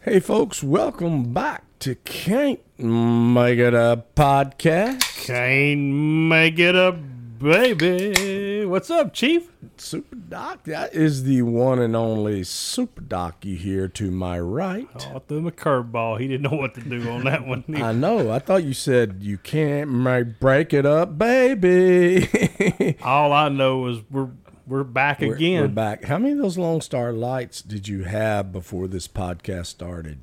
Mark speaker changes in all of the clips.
Speaker 1: Hey, folks, welcome back to Can't Make It a Podcast.
Speaker 2: Can't make it up, baby. What's up, Chief?
Speaker 1: Super Doc, that is the one and only Super Doc you hear to my right.
Speaker 2: Oh, I threw him a curveball. He didn't know what to do on that one. He-
Speaker 1: I know, I thought you said you can't make, break it up, baby.
Speaker 2: All I know is we're we're back
Speaker 1: We're-
Speaker 2: again.
Speaker 1: We're back. How many of those Lone Star lights did you have before this podcast started?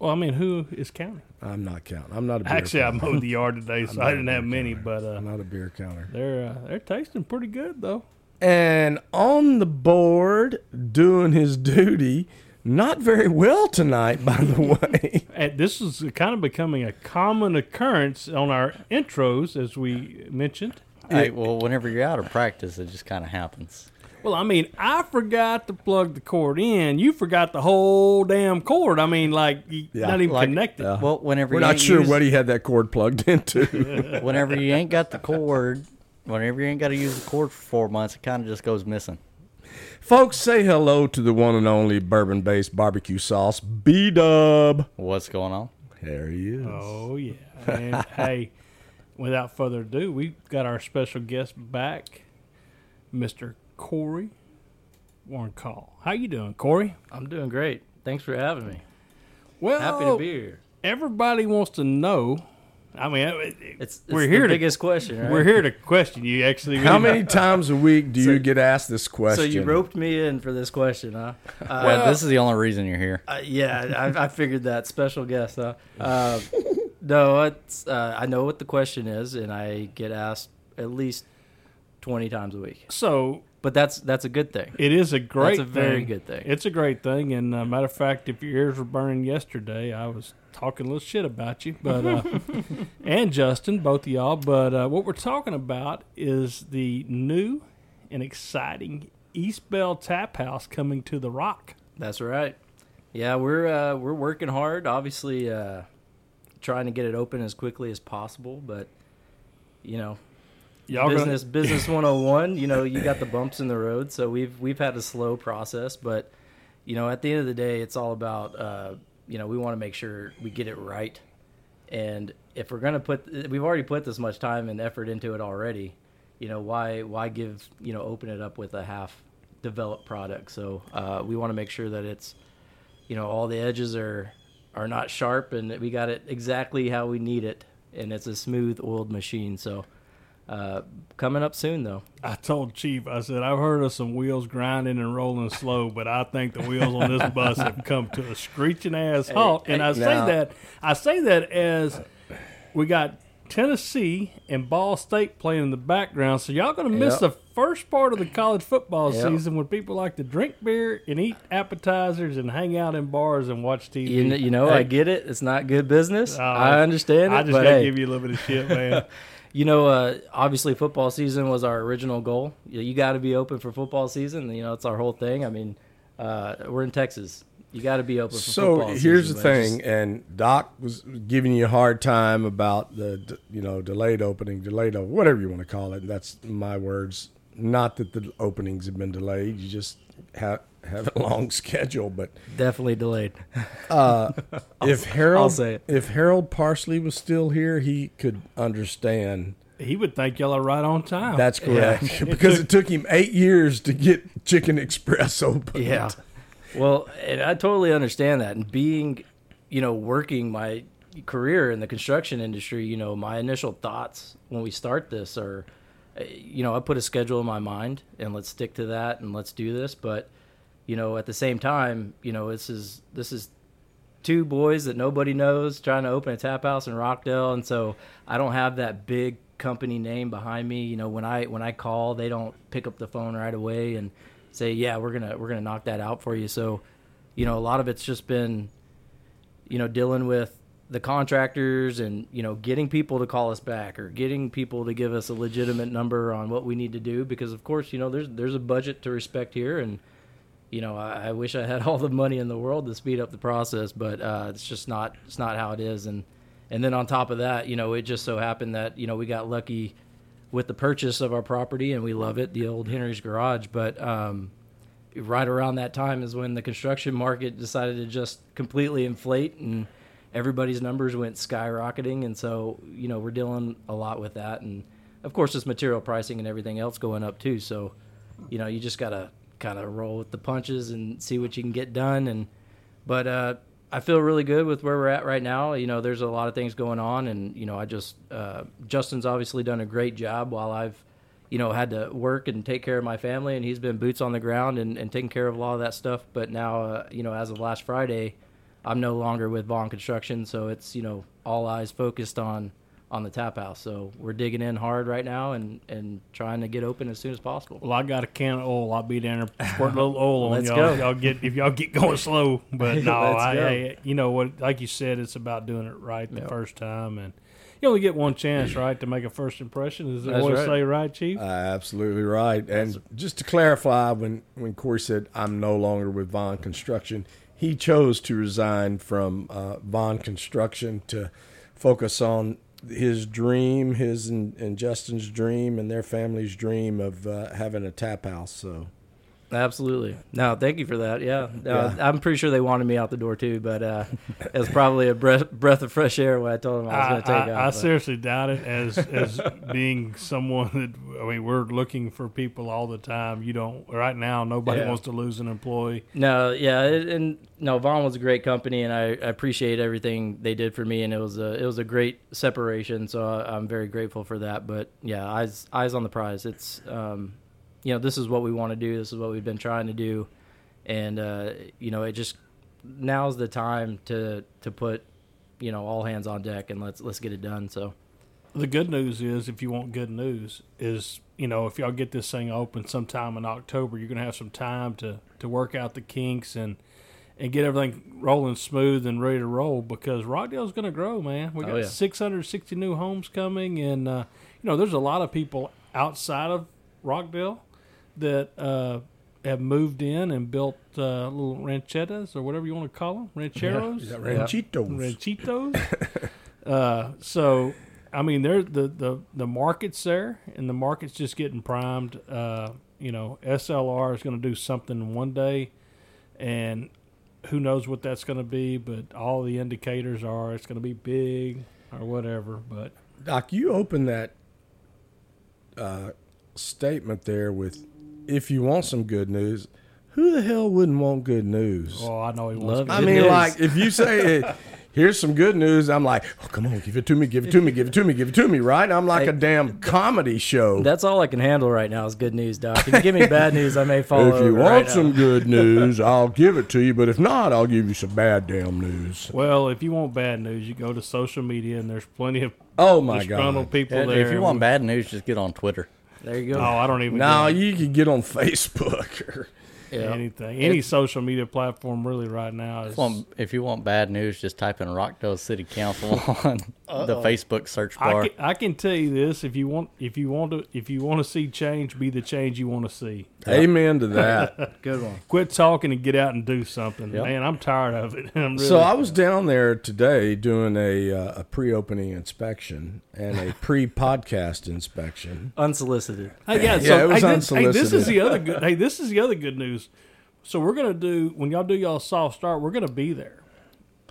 Speaker 2: Well, I mean, who is counting?
Speaker 1: I'm not counting. I'm not a beer
Speaker 2: Actually, I
Speaker 1: counter.
Speaker 2: mowed the yard today, so I didn't have many. But uh,
Speaker 1: I'm not a beer counter.
Speaker 2: they're uh, they're tasting pretty good though.
Speaker 1: and on the board doing his duty. Not very well tonight, by the way.
Speaker 2: And this is kind of becoming a common occurrence on our intros, as we mentioned.
Speaker 3: Hey, well, whenever you're out of practice, it just kind of happens.
Speaker 2: Well, I mean, I forgot to plug the cord in. You forgot the whole damn cord. I mean, like, uh, y-
Speaker 1: Yeah,
Speaker 2: not even
Speaker 3: like,
Speaker 2: connected.
Speaker 3: Well,
Speaker 1: Uh-huh.
Speaker 3: whenever
Speaker 1: We're
Speaker 3: you
Speaker 1: not
Speaker 3: ain't
Speaker 1: sure
Speaker 3: use-
Speaker 1: what he had that cord plugged into.
Speaker 3: whenever you ain't got the cord, whenever you ain't got to use the cord for four months, it kind of just goes missing.
Speaker 1: Folks, say hello to the one and only bourbon based barbecue sauce, B Dub.
Speaker 3: What's going on?
Speaker 1: There he is.
Speaker 2: Oh yeah. And hey, without further ado, we've got our special guest back, Mr. Corey Warncall. How you doing, Corey?
Speaker 4: I'm doing great. Thanks for having me.
Speaker 2: Well,
Speaker 4: Happy to be here.
Speaker 2: Everybody wants to know. I mean, it- it-
Speaker 4: It's, it's
Speaker 2: We're
Speaker 4: the
Speaker 2: here to-
Speaker 4: biggest question. Right?
Speaker 2: we're here to question you. Actually,
Speaker 1: How many times a week do you get asked this
Speaker 4: So
Speaker 1: question?
Speaker 4: you roped me in for this question, huh? Uh,
Speaker 3: Well, this is the only reason you're here.
Speaker 4: uh, yeah, I, I figured that special guest, huh? Uh, no, it's uh, I know what the question is, and I get asked at least twenty times a week.
Speaker 2: So
Speaker 4: But that's that's a good thing.
Speaker 2: It is a great
Speaker 4: a very
Speaker 2: thing.
Speaker 4: good thing.
Speaker 2: It's a great thing. And uh, matter of fact, if your ears were burning yesterday, I was talking a little shit about you, but uh, and Justin, both of y'all. But uh, what we're talking about is the new and exciting East Bell Tap House coming to the Rock.
Speaker 4: That's right. Yeah, we're uh, we're working hard. Obviously, uh, trying to get it open as quickly as possible. But you know,
Speaker 2: Y'all gonna-
Speaker 4: business business 101 you know you got the bumps in the road so we've we've had a slow process but you know at the end of the day it's all about uh, you know we want to make sure we get it right and if we're going to put we've already put this much time and effort into it already you know why why give you know open it up with a half developed product so uh, we want to make sure that it's you know all the edges are are not sharp and that we got it exactly how we need it and it's a smooth oiled machine so uh, coming up soon though
Speaker 2: I told Chief, I said I've heard of some wheels grinding and rolling slow, but I think the wheels on this bus have come to a screeching ass halt. And I say
Speaker 1: now-
Speaker 2: that I say that as we got Tennessee and Ball State playing in the background, so y'all gonna
Speaker 1: Yep.
Speaker 2: miss the first part of the college football
Speaker 1: Yep.
Speaker 2: season when people like to drink beer and eat appetizers and hang out in bars and watch TV.
Speaker 4: you, kn- you know i
Speaker 2: Hey,
Speaker 4: get it it's not good business
Speaker 2: uh,
Speaker 4: i understand it
Speaker 2: I just
Speaker 4: but
Speaker 2: gotta
Speaker 4: hey,
Speaker 2: give you a little bit of shit, man.
Speaker 4: you know uh, obviously football season was our original goal you, you got to be open for football season you know it's our whole thing i mean uh, we're in texas you got to be open for
Speaker 1: So
Speaker 4: football
Speaker 1: here's
Speaker 4: season,
Speaker 1: the
Speaker 4: but it's
Speaker 1: thing, and Doc was giving you a hard time about the d- you know delayed opening, delayed o- whatever you want to call it. That's my words. Not that the openings have been delayed. You just have have a long schedule. But
Speaker 4: just definitely delayed
Speaker 1: if Harold,
Speaker 4: say it.
Speaker 1: if Harold Parsley was still here, he could understand.
Speaker 2: he would think y'all are right on time.
Speaker 1: That's correct because it took him eight years to get Chicken Express open.
Speaker 4: Yeah. Well, and I totally understand that. And being, you know, working my career in the construction industry, you know, my initial thoughts when we start this are, eh, you know, I put a schedule in my mind and let's stick to that and let's do this. But, you know, at the same time, you know, this is this is two boys that nobody knows trying to open a tap house in Rockdale, and so I don't have that big company name behind me. You know, when I when I call, they don't pick up the phone right away and say, "Yeah, we're gonna we're gonna knock that out for you." So, you know, a lot of it's just been, you know, dealing with the contractors and you know getting people to call us back or getting people to give us a legitimate number on what we need to do because of course you know there's there's a budget to respect here and you know, I, I wish I had all the money in the world to speed up the process, but uh, it's just not it's not how it is. And and then on top of that, you know, it just so happened that you know we got lucky with the purchase of our property, and we love it, the old Henry's Garage. But um, right around that time is when the construction market decided to just completely inflate and everybody's numbers went skyrocketing and so you know we're dealing a lot with that and of course it's material pricing and everything else going up too so you know you just gotta kind of roll with the punches and see what you can get done and but uh, I feel really good with where we're at right now. You know, there's a lot of things going on, and you know, I just uh, Justin's obviously done a great job while I've, you know, had to work and take care of my family, and he's been boots on the ground and, and taking care of a lot of that stuff. But now, uh, you know, as of last Friday, I'm no longer with Vaughn Construction, so it's you know all eyes focused on on the tap house. So we're digging in hard right now and and trying to get open as soon as possible.
Speaker 2: Well, I got a can of oil. I'll be down there squirt a little oil on
Speaker 4: Let's
Speaker 2: y'all.
Speaker 4: go.
Speaker 2: if Y'all get if y'all get going slow, but no,
Speaker 4: Let's
Speaker 2: I,
Speaker 4: go.
Speaker 2: I- you know what? Like you said, it's about doing it right the first time, and you only get one chance, right, to make a first impression. Is that
Speaker 4: That's
Speaker 2: what I
Speaker 4: right.
Speaker 2: say, right, Chief?
Speaker 1: Uh, absolutely right. And just to clarify, when, when Corey said, I'm no longer with Vaughn Construction, he chose to resign from uh, Vaughn Construction to focus on his dream, his and, and Justin's dream, and their family's dream of uh, having a tap house. So
Speaker 4: Absolutely. No, thank you for that. Yeah. No, I'm pretty sure they wanted me out the door too, but uh, it was probably a breath, breath of fresh air when I told them I was
Speaker 2: I,
Speaker 4: going to take
Speaker 2: I-
Speaker 4: off.
Speaker 2: I
Speaker 4: but-
Speaker 2: seriously doubt it as as being someone that I mean we're looking for people all the time. You don't right now. Nobody
Speaker 4: Yeah.
Speaker 2: wants to lose an employee.
Speaker 4: No, yeah, it, and no, Vaughn was a great company, and I, I appreciate everything they did for me, and it was a it was a great separation, so I, I'm very grateful for that. But yeah, eyes eyes on the prize. It's um, you know, this is what we want to do. This is what we've been trying to do, and uh, you know, it just now's the time to to put you know all hands on deck and let's let's get it done. So
Speaker 2: The good news is, if you want good news, is you know if y'all get this thing open sometime in October, you're gonna have some time to to work out the kinks and and get everything rolling smooth and ready to roll because Rockdale's gonna grow, man. We
Speaker 4: Oh,
Speaker 2: got
Speaker 4: yeah.
Speaker 2: 660 new homes coming, and uh, you know there's a lot of people outside of Rockdale that uh, have moved in and built uh, little ranchetas or whatever you want to call them, rancheros
Speaker 1: Ranchitos.
Speaker 2: ranchitos. uh, so, I mean, there the, the the market's there, and the market's just getting primed. Uh, you know, SLR is going to do something one day, and who knows what that's going to be? But all the indicators are it's going to be big or whatever. But
Speaker 1: Doc, you opened that uh, statement there with, if you want some good news, who the hell wouldn't want good news?
Speaker 2: oh, I know he wants.
Speaker 4: Love
Speaker 2: good
Speaker 1: I
Speaker 4: it.
Speaker 1: mean,
Speaker 2: news.
Speaker 1: like, if you say, hey, here's some good news, I'm like, oh, come on, give it to me, give it to me, give it to me, give it to me, right? I'm like a damn comedy show.
Speaker 4: that's all I can handle right now is good news, Doc. If you give me bad news, I may fall
Speaker 1: if
Speaker 4: over.
Speaker 1: you want
Speaker 4: right now.
Speaker 1: some good news, I'll give it to you, but if not, I'll give you some bad damn news.
Speaker 2: well, if you want bad news, you go to social media, and there's plenty of
Speaker 1: Oh, my
Speaker 2: disgruntled
Speaker 1: God.
Speaker 2: people there.
Speaker 3: if you want bad news, just get on Twitter.
Speaker 4: there you go.
Speaker 2: oh, I don't even.
Speaker 1: Now,
Speaker 2: do
Speaker 1: you can get on Facebook.
Speaker 4: Yeah.
Speaker 2: anything, any social media platform, really, right now is.
Speaker 3: If you want, if you want bad news, just type in Rockdale City Council on the Facebook search bar.
Speaker 2: I can, I can tell you this: if you want, if you want to, if you want to see change, be the change you want to see.
Speaker 1: Amen to that.
Speaker 4: Good one.
Speaker 2: Quit talking and get out and do something,
Speaker 3: Yep.
Speaker 2: man. I'm tired of it. I'm really,
Speaker 1: So I was down there today doing a, uh, a pre-opening inspection and a pre-podcast inspection.
Speaker 4: Unsolicited.
Speaker 2: hey, yeah, so,
Speaker 1: Yeah, it was
Speaker 2: hey, this, hey, this is
Speaker 1: unsolicited.
Speaker 2: the other good. Hey, this is the other good news. So we're gonna do when y'all do y'all soft start. We're gonna be there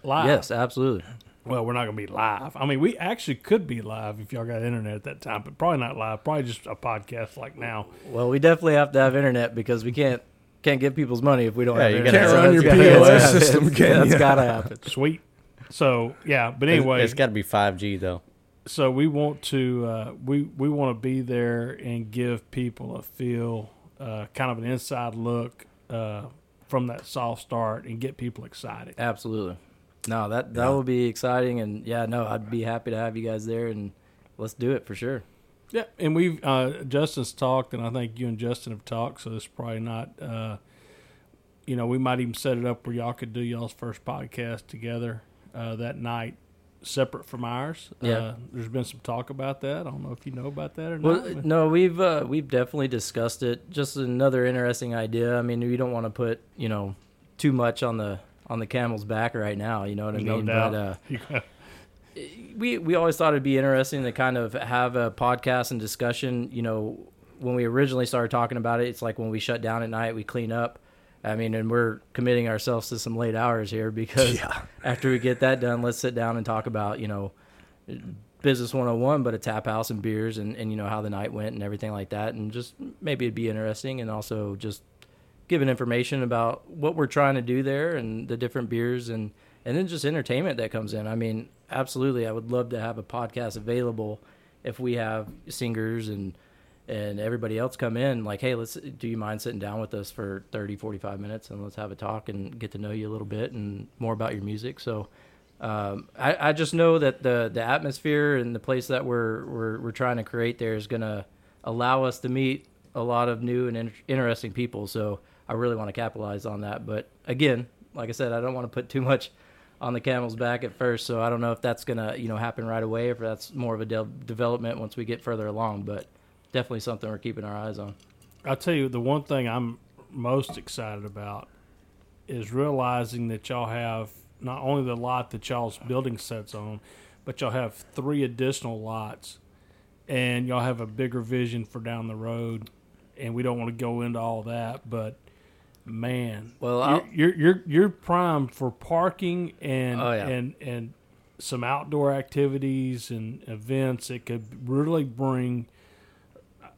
Speaker 2: live.
Speaker 4: Yes, absolutely.
Speaker 2: Well, we're not gonna be live. I mean, we actually could be live if y'all got internet at that time, but probably not live. Probably just a podcast like now.
Speaker 4: Well, we definitely have to have internet because we can't can't get people's money if we don't
Speaker 3: Yeah,
Speaker 4: have
Speaker 3: you
Speaker 4: internet.
Speaker 3: gotta- Can't
Speaker 1: run
Speaker 4: that's
Speaker 1: your
Speaker 4: gotta-
Speaker 1: POS
Speaker 4: that's-
Speaker 1: system,
Speaker 4: that's-
Speaker 1: can
Speaker 4: That's
Speaker 1: ya?
Speaker 4: gotta happen.
Speaker 2: Sweet. So yeah, but
Speaker 3: It's-
Speaker 2: anyway,
Speaker 3: it's got to be 5G though.
Speaker 2: so we want to uh, we we want to be there and give people a feel, uh, kind of an inside look uh, from that soft start and get people excited.
Speaker 4: Absolutely. No, that that will be exciting, and yeah, no, I'd be happy to have you guys there, and let's do it for sure.
Speaker 2: Yeah, and we've uh, Justin's talked, and I think you and Justin have talked, so it's probably not. Uh, you know, we might even set it up where y'all could do y'all's first podcast together uh, that night, separate from ours.
Speaker 4: Yeah.
Speaker 2: uh, there's been some talk about that. I don't know if you know about that or
Speaker 4: Well,
Speaker 2: not. but-
Speaker 4: no, we've uh, we've definitely discussed it. Just another interesting idea. I mean, we don't want to put you know too much on the on the camel's back right now. You know what I
Speaker 2: No
Speaker 4: mean?
Speaker 2: doubt.
Speaker 4: But, uh, we we always thought it'd be interesting to kind of have a podcast and discussion. You know, when we originally started talking about it, it's like when we shut down at night, we clean up. I mean, and we're committing ourselves to some late hours here because after we get that done, let's sit down and talk about, you know, business 101, but a tap house and beers and, and, you know, how the night went and everything like that. And just maybe it'd be interesting and also just giving information about what we're trying to do there and the different beers and, and then just entertainment that comes in. I mean, absolutely. I would love to have a podcast available if we have singers and, and everybody else come in like hey let's do you mind sitting down with us for 30 45 minutes and let's have a talk and get to know you a little bit and more about your music so um, I, I just know that the the atmosphere and the place that we're we're, we're trying to create there is going to allow us to meet a lot of new and in- interesting people so i really want to capitalize on that but again like i said i don't want to put too much on the camel's back at first so i don't know if that's going to you know happen right away or if that's more of a de- development once we get further along but definitely something we're keeping our eyes on.
Speaker 2: I'll tell you the one thing I'm most excited about is realizing that y'all have not only the lot that y'all's building sets on, but y'all have three additional lots and y'all have a bigger vision for down the road and we don't want to go into all that, but man,
Speaker 4: Well,
Speaker 2: you're,
Speaker 4: I'll-
Speaker 2: you're you're you're prime for parking and
Speaker 4: Oh, yeah.
Speaker 2: and and some outdoor activities and events that could really bring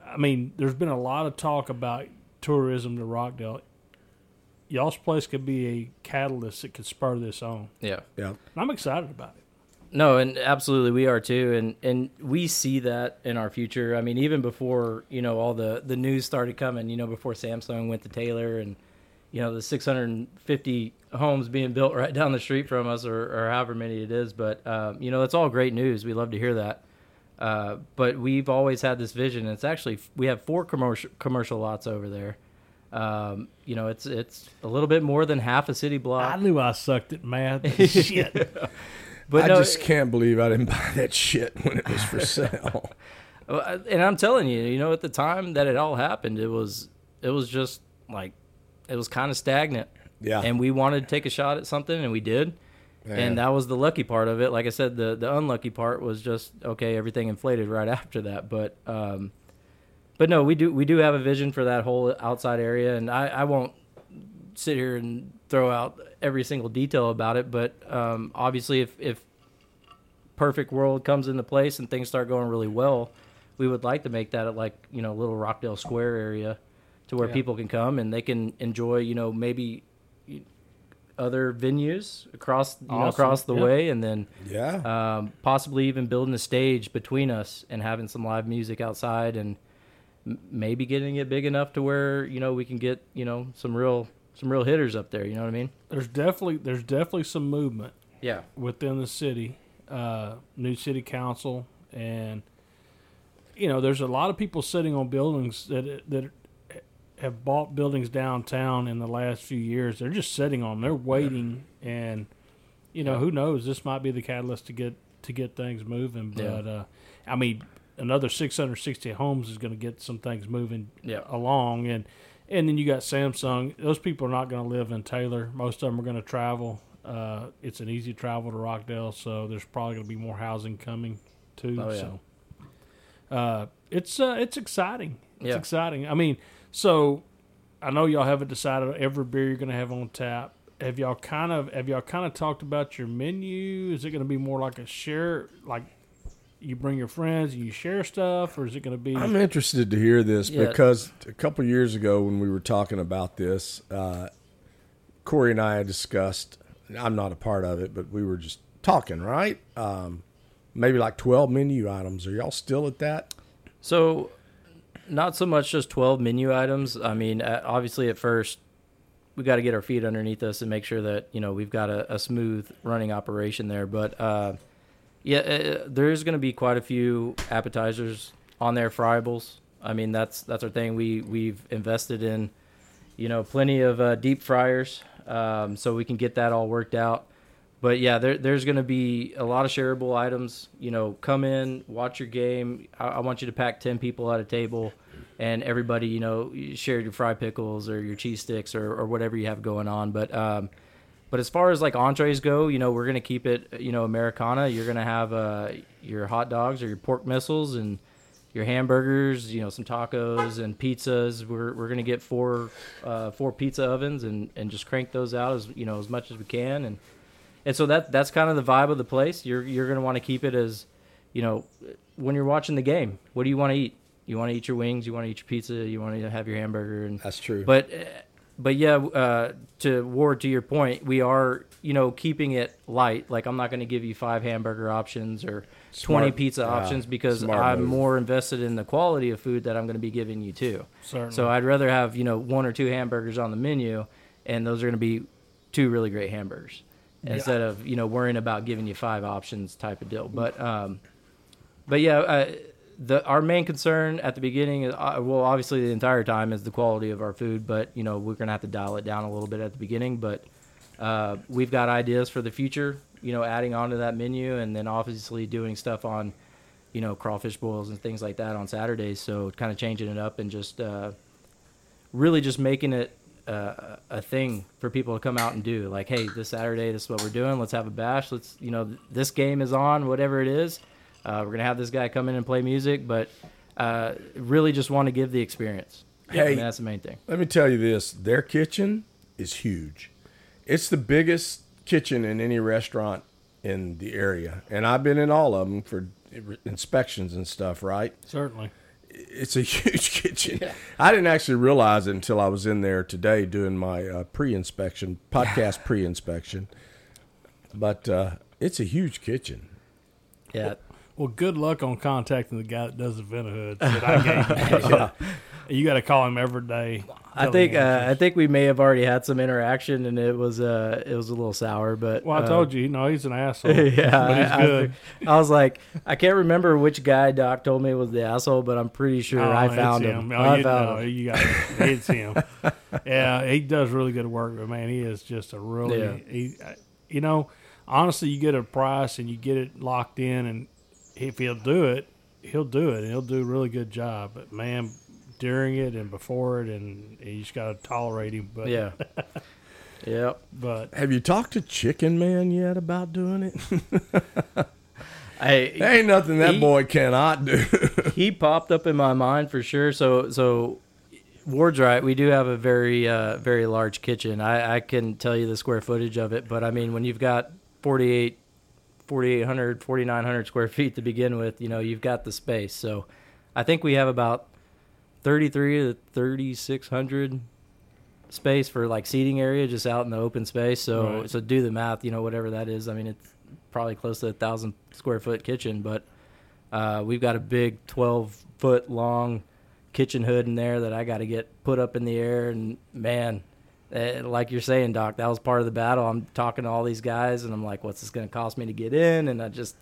Speaker 2: I mean, there's been a lot of talk about tourism to Rockdale. Y'all's place could be a catalyst that could spur this on.
Speaker 4: Yeah.
Speaker 1: Yeah.
Speaker 2: And I'm excited about it.
Speaker 4: No, and absolutely we are too and and we see that in our future. I mean, even before, you know, all the the news started coming, you know, before Samsung went to Taylor and you know, the 650 homes being built right down the street from us or, or however many it is, but um, you know, that's all great news. We love to hear that. Uh, but we've always had this vision. It's actually we have four commercial commercial lots over there. Um, you know, it's it's a little bit more than half a city block.
Speaker 2: I knew I sucked at math. Shit.
Speaker 4: but
Speaker 1: I
Speaker 4: no,
Speaker 1: just can't believe I didn't buy that shit when it was for sale.
Speaker 4: Well, and I'm telling you, you know, at the time that it all happened, it was it was just like it was kind of stagnant.
Speaker 1: Yeah.
Speaker 4: And we wanted to take a shot at something, and we did.
Speaker 1: Yeah.
Speaker 4: And that was the lucky part of it. Like I said, the the unlucky part was just okay, everything inflated right after that. But um, but no, we do we do have a vision for that whole outside area, and I I won't sit here and throw out every single detail about it, but um, obviously if if perfect world comes into place and things start going really well, we would like to make that at like you know little Rockdale Square area, to where people can come and they can enjoy you know maybe y- other venues across you know,
Speaker 2: Awesome.
Speaker 4: across the
Speaker 2: Yeah.
Speaker 4: way, and then
Speaker 1: Yeah.
Speaker 4: um, possibly even building a stage between us and having some live music outside and m- maybe getting it big enough to where you know we can get you know some real some real hitters up there. You know what I mean?
Speaker 2: there's definitely there's definitely some movement
Speaker 4: Yeah.
Speaker 2: within the city, uh, new city council, and you know there's a lot of people sitting on buildings that that have bought buildings downtown in the last few years. They're just sitting on. 'em. They're waiting, and you know who knows? This might be the catalyst to get to get things moving.
Speaker 4: Yeah.
Speaker 2: But uh, I mean, another 660 homes is going to get some things moving
Speaker 4: Yeah.
Speaker 2: along, and and then you got Samsung. Those people are not going to live in Taylor. Most of them are going to travel. Uh, it's an easy travel to Rockdale, so there's probably going to be more housing coming too.
Speaker 4: Oh, yeah.
Speaker 2: So uh, it's uh, it's exciting. It's
Speaker 4: Yeah.
Speaker 2: exciting. I mean, so I know y'all haven't decided every beer you're going to have on tap. Have y'all kind of have y'all kind of talked about your menu? Is it going to be more like a share, like you bring your friends and you share stuff, or is it going to be?
Speaker 1: I'm interested to hear this
Speaker 4: Yeah.
Speaker 1: because a couple years ago when we were talking about this, uh, Corey and I had discussed. and I'm not a part of it, but we were just talking, right? Um, maybe like 12 menu items. Are y'all still at that?
Speaker 4: So, not so much just 12 menu items. I mean, uh, obviously, at first, we got to get our feet underneath us and make sure that, you know, we've got a, a smooth running operation there. But, uh, yeah, uh, there's going to be quite a few appetizers on there, fryables. I mean, that's that's our thing. We we've invested in, you know, plenty of uh, deep fryers, um, so we can get that all worked out. But yeah, there, there's going to be a lot of shareable items. You know, come in, watch your game. I, I want you to pack ten people at a table, and everybody, you know, you share your fry pickles or your cheese sticks or, or whatever you have going on. But um, but as far as like entrees go, you know, we're gonna keep it, you know, Americana. You're gonna have uh, your hot dogs or your pork missiles and your hamburgers, you know, some tacos and pizzas. We're we're gonna get four uh, four pizza ovens and and just crank those out as you know as much as we can and and so that that's kind of the vibe of the place. You're you're gonna want to keep it as you know when you're watching the game. What do you want to eat? You want to eat your wings. You want to eat your pizza. You want to have your hamburger. And
Speaker 1: That's true.
Speaker 4: but uh, but yeah, uh, to Ward, to your point, we are you know keeping it light. Like I'm not going to give you five hamburger options or twenty
Speaker 1: Smart.
Speaker 4: pizza
Speaker 1: Yeah.
Speaker 4: options because
Speaker 1: Smart
Speaker 4: I'm
Speaker 1: move.
Speaker 4: more invested in the quality of food that I'm going to be giving you too.
Speaker 2: Certainly.
Speaker 4: So I'd rather have you know one or two hamburgers on the menu, and those are going to be two really great hamburgers instead of you know worrying about giving you five options type of deal. But um, but yeah, uh, the our main concern at the beginning, is, uh, well, obviously the entire time is the quality of our food, but you know we're gonna have to dial it down a little bit at the beginning. But uh, we've got ideas for the future, you know, adding on to that menu, and then obviously doing stuff on, you know, crawfish boils and things like that on Saturdays. So kind of changing it up and just uh, really just making it. Uh, a thing for people to come out and do like hey this saturday this is what we're doing let's have a bash let's you know th- this game is on whatever it is uh, we're gonna have this guy come in and play music, but uh, really just want to give the experience.
Speaker 1: Hey.
Speaker 4: I mean, that's the main thing.
Speaker 1: Let me tell you this their kitchen is huge. It's the biggest kitchen in any restaurant in the area. And I've been in all of them for inspections and stuff, right?
Speaker 2: Certainly.
Speaker 1: It's a huge kitchen. I didn't actually realize it until I was in there today doing my uh, pre inspection, podcast pre inspection. But uh, it's a huge kitchen.
Speaker 4: Yeah,
Speaker 2: Well, good luck on contacting the guy that does the vent hoods that I gave you. You got to call him every day.
Speaker 4: I
Speaker 2: Tell
Speaker 4: think
Speaker 2: him-
Speaker 4: uh, I think we may have already had some interaction, and it was uh, it was a little sour, but
Speaker 2: well, I told you, no, he's an asshole.
Speaker 4: uh, Yeah,
Speaker 2: but he's
Speaker 4: I, I
Speaker 2: good.
Speaker 4: think- I was like, I can't remember which guy Doc told me was the asshole, but I'm pretty sure
Speaker 2: Oh,
Speaker 4: I
Speaker 2: it's
Speaker 4: found
Speaker 2: him.
Speaker 4: him.
Speaker 2: Oh,
Speaker 4: I
Speaker 2: you,
Speaker 4: found
Speaker 2: no,
Speaker 4: him.
Speaker 2: you got it. It's him. yeah, he does really good work, but man, he is just a really.
Speaker 4: Yeah.
Speaker 2: He, I- you know, honestly, you get a price and you get it locked in, and if he'll do it, he'll do it. and He'll do a really good job. But man, during it and before it, and you just got to tolerate him. But
Speaker 4: Yeah, yep.
Speaker 2: but
Speaker 1: Have you talked to Chicken Man yet about doing it?
Speaker 4: I,
Speaker 1: there ain't nothing that
Speaker 4: He-
Speaker 1: boy cannot do.
Speaker 4: he popped up in my mind for sure. So so Ward's right. We do have a very uh, very large kitchen. I, I can tell you the square footage of it, but I mean when you've got 48 4800 4900 square feet to begin with, you know, you've got the space. So I think we have about 33 to 3600 space for like seating area just out in the open space. So
Speaker 2: Right.
Speaker 4: so do the math, you know, whatever that is. I mean, it's probably close to a 1000 square foot kitchen, but uh, we've got a big 12 foot long kitchen hood in there that I got to get put up in the air. And man, eh, like you're saying, Doc, that was part of the battle. I'm talking to all these guys and I'm like, what's this going to cost me to get in? And I just,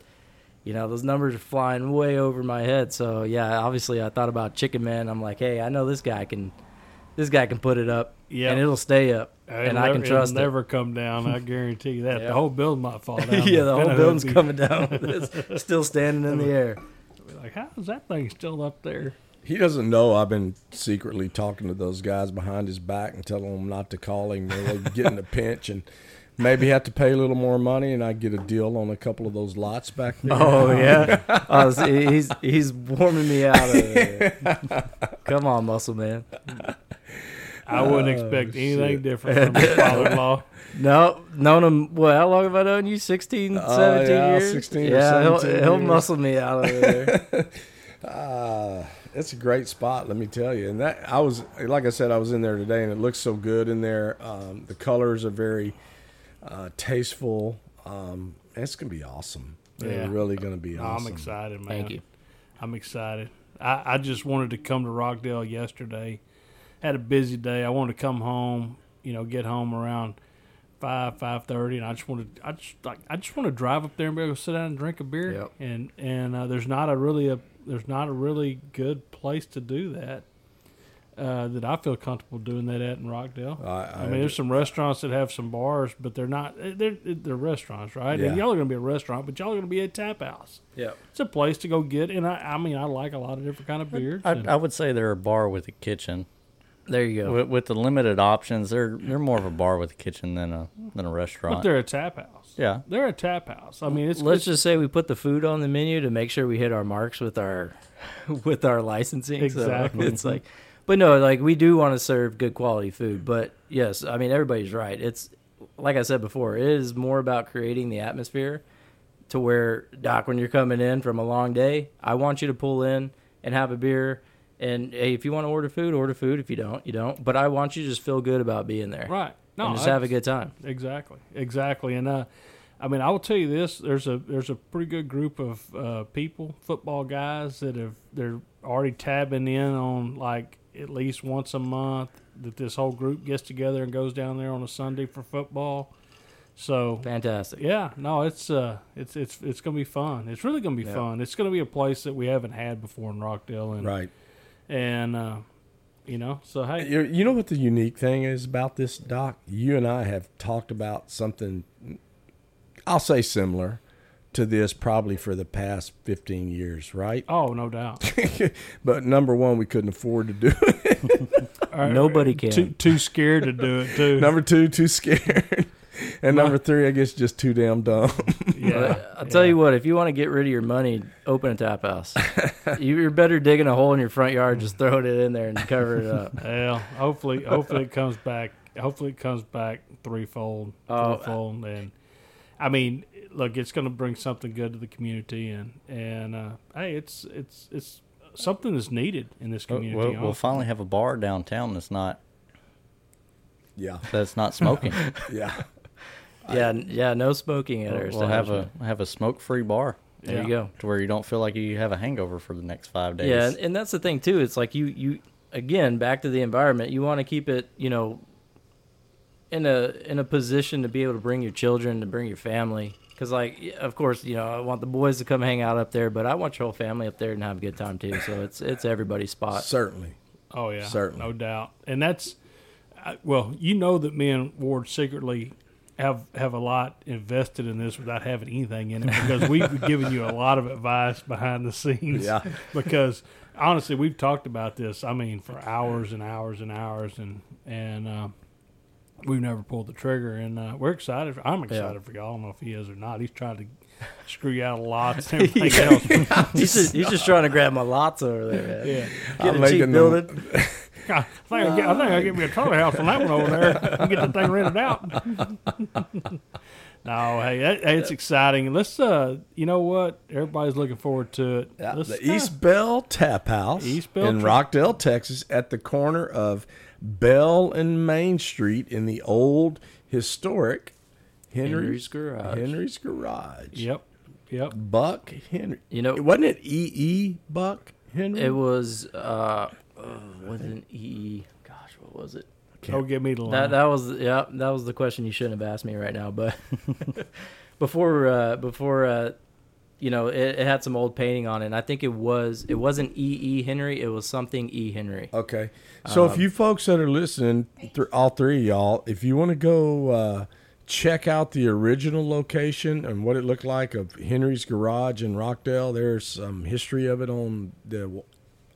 Speaker 4: you know, those numbers are flying way over my head. So yeah, obviously I thought about Chicken Man. I'm like, hey, I know this guy can, this guy can put it up
Speaker 2: Yep.
Speaker 4: and it'll stay up.
Speaker 2: it'll
Speaker 4: and I can
Speaker 2: never-
Speaker 4: trust
Speaker 2: it'll
Speaker 4: it.
Speaker 2: never come down. I guarantee you that
Speaker 4: Yeah.
Speaker 2: the whole building might fall down.
Speaker 4: yeah, the whole
Speaker 2: vent hood
Speaker 4: building's
Speaker 2: be-
Speaker 4: coming down with this, still standing in the air.
Speaker 2: be Like, how is that thing still up there?
Speaker 1: He doesn't know I've been secretly talking to those guys behind his back and telling them not to call him. Or they get in a pinch and maybe have to pay a little more money, and I get a deal on a couple of those lots back there.
Speaker 4: Oh yeah, oh, see, he's he's warming me out. Of it. Come on, muscle man.
Speaker 2: I wouldn't expect anything different from his father-in-law.
Speaker 4: No, known him. What? How long have I known you? 16, 17
Speaker 1: Oh, yeah,
Speaker 4: years.
Speaker 1: 16 or
Speaker 4: yeah, he'll
Speaker 1: 17
Speaker 4: he'll
Speaker 1: years.
Speaker 4: muscle me out of there.
Speaker 1: Uh, it's a great spot, let me tell you. And that I was, like I said, I was in there today, and it looks so good in there. Um, the colors are very uh, tasteful. Um, it's gonna be awesome. They're
Speaker 2: Yeah.
Speaker 1: really gonna be
Speaker 2: No,
Speaker 1: awesome.
Speaker 2: I'm excited, man.
Speaker 4: Thank you.
Speaker 2: I'm excited. I, I just wanted to come to Rockdale yesterday. Had a busy day. I wanted to come home. You know, get home around five five thirty, and I just wanted. I just like. I just want to drive up there and be able to sit down and drink a beer.
Speaker 4: Yep.
Speaker 2: And and uh, there's not a really a there's not a really good place to do that. Uh, that I feel comfortable doing that at in Rockdale.
Speaker 1: I- I
Speaker 2: mean, there's some restaurants that have some bars, but they're not. They're they're restaurants, right?
Speaker 1: Yeah.
Speaker 2: And y'all are gonna be a restaurant, but y'all are gonna be a tap house
Speaker 4: Yeah.
Speaker 2: it's a place to go get and I, I mean I like a lot of different kind of beers.
Speaker 3: I,
Speaker 2: and-
Speaker 3: I would say they're a bar with a kitchen.
Speaker 4: There you go.
Speaker 3: With, with the limited options, they're they're more of a bar with a kitchen than a than a restaurant.
Speaker 2: But they're a tap house.
Speaker 3: yeah,
Speaker 2: They're a tap house. I mean, it's
Speaker 4: Let's just say we put the food on the menu to make sure we hit our marks with our with our licensing.
Speaker 2: Exactly.
Speaker 4: So it's like but no, like we do want to serve good quality food, but yes, I mean everybody's right. It's like I said before, it is more about creating the atmosphere to where doc when you're coming in from a long day, I want you to pull in and have a beer and hey, if you want to order food, order food. If you don't, you don't. But I want you to just feel good about being there.
Speaker 2: right. No,
Speaker 4: and just
Speaker 2: I-
Speaker 4: have a good time.
Speaker 2: Exactly, exactly, and uh, I mean, I will tell you this: there's a there's a pretty good group of uh, people, football guys, that have they're already tabbing in on like at least once a month that this whole group gets together and goes down there on a Sunday for football. So
Speaker 4: Fantastic.
Speaker 2: yeah, no, it's uh, it's it's it's gonna be fun. It's really gonna be fun. It's gonna be a place that we haven't had before in Rockdale, and
Speaker 1: Right.
Speaker 2: and uh, you know, so hey,
Speaker 1: You, you know what the unique thing is about this, Doc? You and I have talked about something, I'll say similar to this probably for the past 15 years, right?
Speaker 2: oh no doubt.
Speaker 1: but number one, we couldn't afford to do it.
Speaker 4: Nobody can.
Speaker 2: Too too scared to do it too.
Speaker 1: number two, too scared. And number three, I guess just too damn dumb.
Speaker 2: yeah,
Speaker 4: Uh, I'll tell you what, if you want to get rid of your money, open a tap house. You- You're better digging a hole in your front yard, just throwing it in there and cover it up.
Speaker 2: Well, hopefully, hopefully it comes back. Hopefully it comes back threefold,
Speaker 4: Oh.
Speaker 2: fourfold, and I mean, look, it's going to bring something good to the community, and and uh, hey, it's it's it's something that's needed in this
Speaker 3: We'll-
Speaker 2: community.
Speaker 3: Oh, we'll, we'll
Speaker 2: honestly.
Speaker 3: finally have a bar downtown that's not
Speaker 1: yeah,
Speaker 3: that's not smoking.
Speaker 1: yeah.
Speaker 4: Yeah, n- yeah, no smoking at our
Speaker 3: we'll we'll have a
Speaker 4: establishment.
Speaker 3: have a smoke free bar
Speaker 4: There you go.
Speaker 3: to where you don't feel like you have a hangover for the next five days.
Speaker 4: Yeah, and, and that's the thing too. It's like you you again back to the environment. You want to keep it, you know, in a in a position to be able to bring your children, to bring your family. Because like, y- of course, you know, I want the boys to come hang out up there, but I want your whole family up there and have a good time too. So it's it's everybody's spot.
Speaker 1: Certainly.
Speaker 2: Oh yeah,
Speaker 1: Certainly.
Speaker 2: no doubt. And that's, I, well, you know that me and Ward secretly have have a lot invested in this without having anything in it because we've given you a lot of advice behind the scenes.
Speaker 1: Yeah.
Speaker 2: Because honestly, we've talked about this. I mean, for hours and hours and hours, and and uh, we've never pulled the trigger. And uh, we're excited. For, I'm excited for y'all. I don't know if he is or not. He's trying to screw you out of lots and everything else.
Speaker 4: he's just he's just trying to grab my lots over there. Man.
Speaker 2: Yeah.
Speaker 4: Get
Speaker 1: I'm
Speaker 4: a cheap
Speaker 1: making them-
Speaker 4: building.
Speaker 2: I think I'll get, I think I'll get me a trailer house on that one over there and get the thing rented out. no, hey, that, hey, it's exciting. Let's, uh, you know what? Everybody's looking forward to it.
Speaker 1: Yeah,
Speaker 2: Let's
Speaker 1: the
Speaker 2: kinda-
Speaker 1: East Bell Tap House
Speaker 2: East Bell
Speaker 1: in
Speaker 2: Tap-
Speaker 1: Rockdale, Texas, at the corner of Bell and Main Street in the old historic Henry's,
Speaker 4: Henry's Garage.
Speaker 1: Henry's Garage.
Speaker 2: Yep, yep.
Speaker 1: Buck Henry.
Speaker 4: You know-
Speaker 1: wasn't it E E Buck Henry?
Speaker 4: It was uh, oh, was an EE. Gosh, what was it?
Speaker 2: Go get me the line.
Speaker 4: That that was yeah, that was the question you shouldn't have asked me right now. But before uh, before uh, you know, it, it had some old painting on it. And I think it was it wasn't E E Henry. It was something E Henry.
Speaker 1: Okay. So if you folks that are listening, th- all three of y'all, if you want to go uh, check out the original location and what it looked like of Henry's Garage in Rockdale, there's some history of it on the w-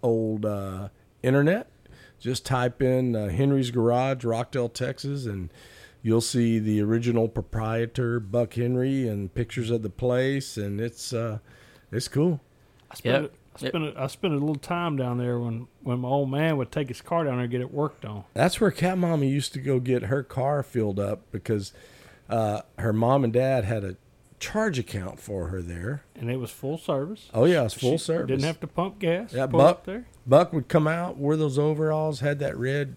Speaker 1: old uh, internet. Just type in uh, Henry's Garage, Rockdale, Texas, and you'll see the original proprietor, Buck Henry, and pictures of the place, and it's uh, it's cool.
Speaker 2: I spent,
Speaker 4: Yep.
Speaker 2: I, spent a, I spent a little time down there when, when my old man would take his car down there and get it worked on.
Speaker 1: That's where Cat Mama used to go get her car filled up because uh, her mom and dad had a charge account for her there.
Speaker 2: And it was full service.
Speaker 1: Oh yeah, it's full
Speaker 2: She
Speaker 1: service.
Speaker 2: Didn't have to pump gas.
Speaker 1: yeah,
Speaker 2: pull up
Speaker 1: Buck.
Speaker 2: there.
Speaker 1: Buck would come out, wore those overalls, had that red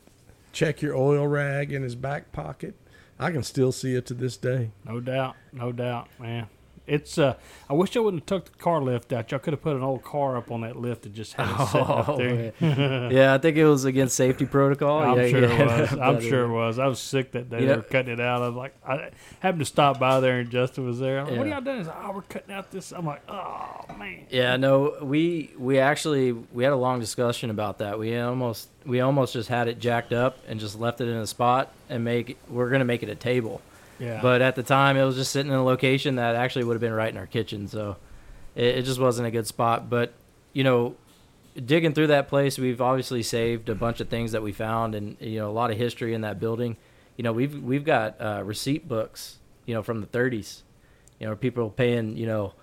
Speaker 1: check your oil rag in his back pocket. I can still see it to this day.
Speaker 2: No doubt, no doubt, man. It's uh, I wish I wouldn't have took the car lift out. Y'all could have put an old car up on that lift and just had it sitting up
Speaker 4: Oh,
Speaker 2: there.
Speaker 4: man. yeah, I think it was against safety protocol.
Speaker 2: I'm
Speaker 4: yeah,
Speaker 2: sure
Speaker 4: yeah.
Speaker 2: it was. I'm
Speaker 4: But, uh,
Speaker 2: sure it was. I was sick that day.
Speaker 4: You
Speaker 2: They
Speaker 4: know-
Speaker 2: were cutting it out. I was like, I happened to stop by there and Justin was there. I'm like, What are
Speaker 4: Yeah.
Speaker 2: y'all doing? He's like, oh, we're cutting out this. I'm like, oh man.
Speaker 4: Yeah, no, we we actually we had a long discussion about that. We almost we almost just had it jacked up and just left it in a spot and make we're gonna make it a table.
Speaker 2: Yeah,
Speaker 4: But at the time, it was just sitting in a location that actually would have been right in our kitchen, so it, it just wasn't a good spot. But you know, digging through that place, we've obviously saved a bunch of things that we found, and you know a lot of history in that building. You know, we've we've got uh, receipt books, you know, from the 30s. You know, people paying you know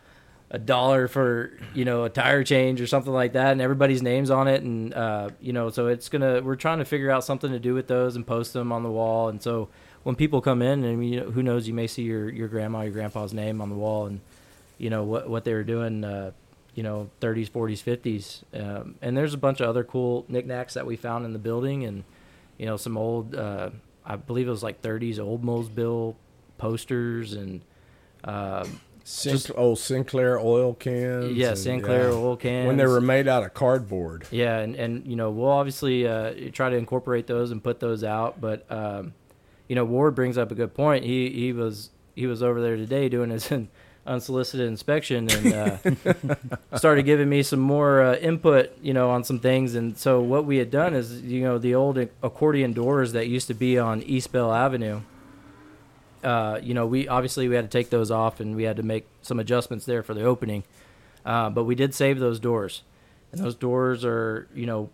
Speaker 4: a dollar for you know a tire change or something like that, and everybody's names on it, and uh, you know, so it's gonna we're trying to figure out something to do with those and post them on the wall, and so when people come in, and you know, who knows, you may see your your grandma, your grandpa's name on the wall, and you know what what they were doing. Uh, you know 30s 40s 50s um, and there's a bunch of other cool knickknacks that we found in the building and you know some old uh, i believe it was like 30s old mosbill posters and uh,
Speaker 1: Sinc- old Sinclair oil cans.
Speaker 4: yeah
Speaker 1: and-
Speaker 4: sinclair
Speaker 1: yeah.
Speaker 4: oil cans
Speaker 1: When they were made out of cardboard.
Speaker 4: yeah and, and you know we'll obviously uh, try to incorporate those and put those out but um, you know ward brings up a good point he he was he was over there today doing his unsolicited inspection and uh, started giving me some more uh, input you know on some things and so what we had done is you know the old accordion doors that used to be on east bell avenue uh, you know we obviously we had to take those off and we had to make some adjustments there for the opening uh, but we did save those doors and those doors are you know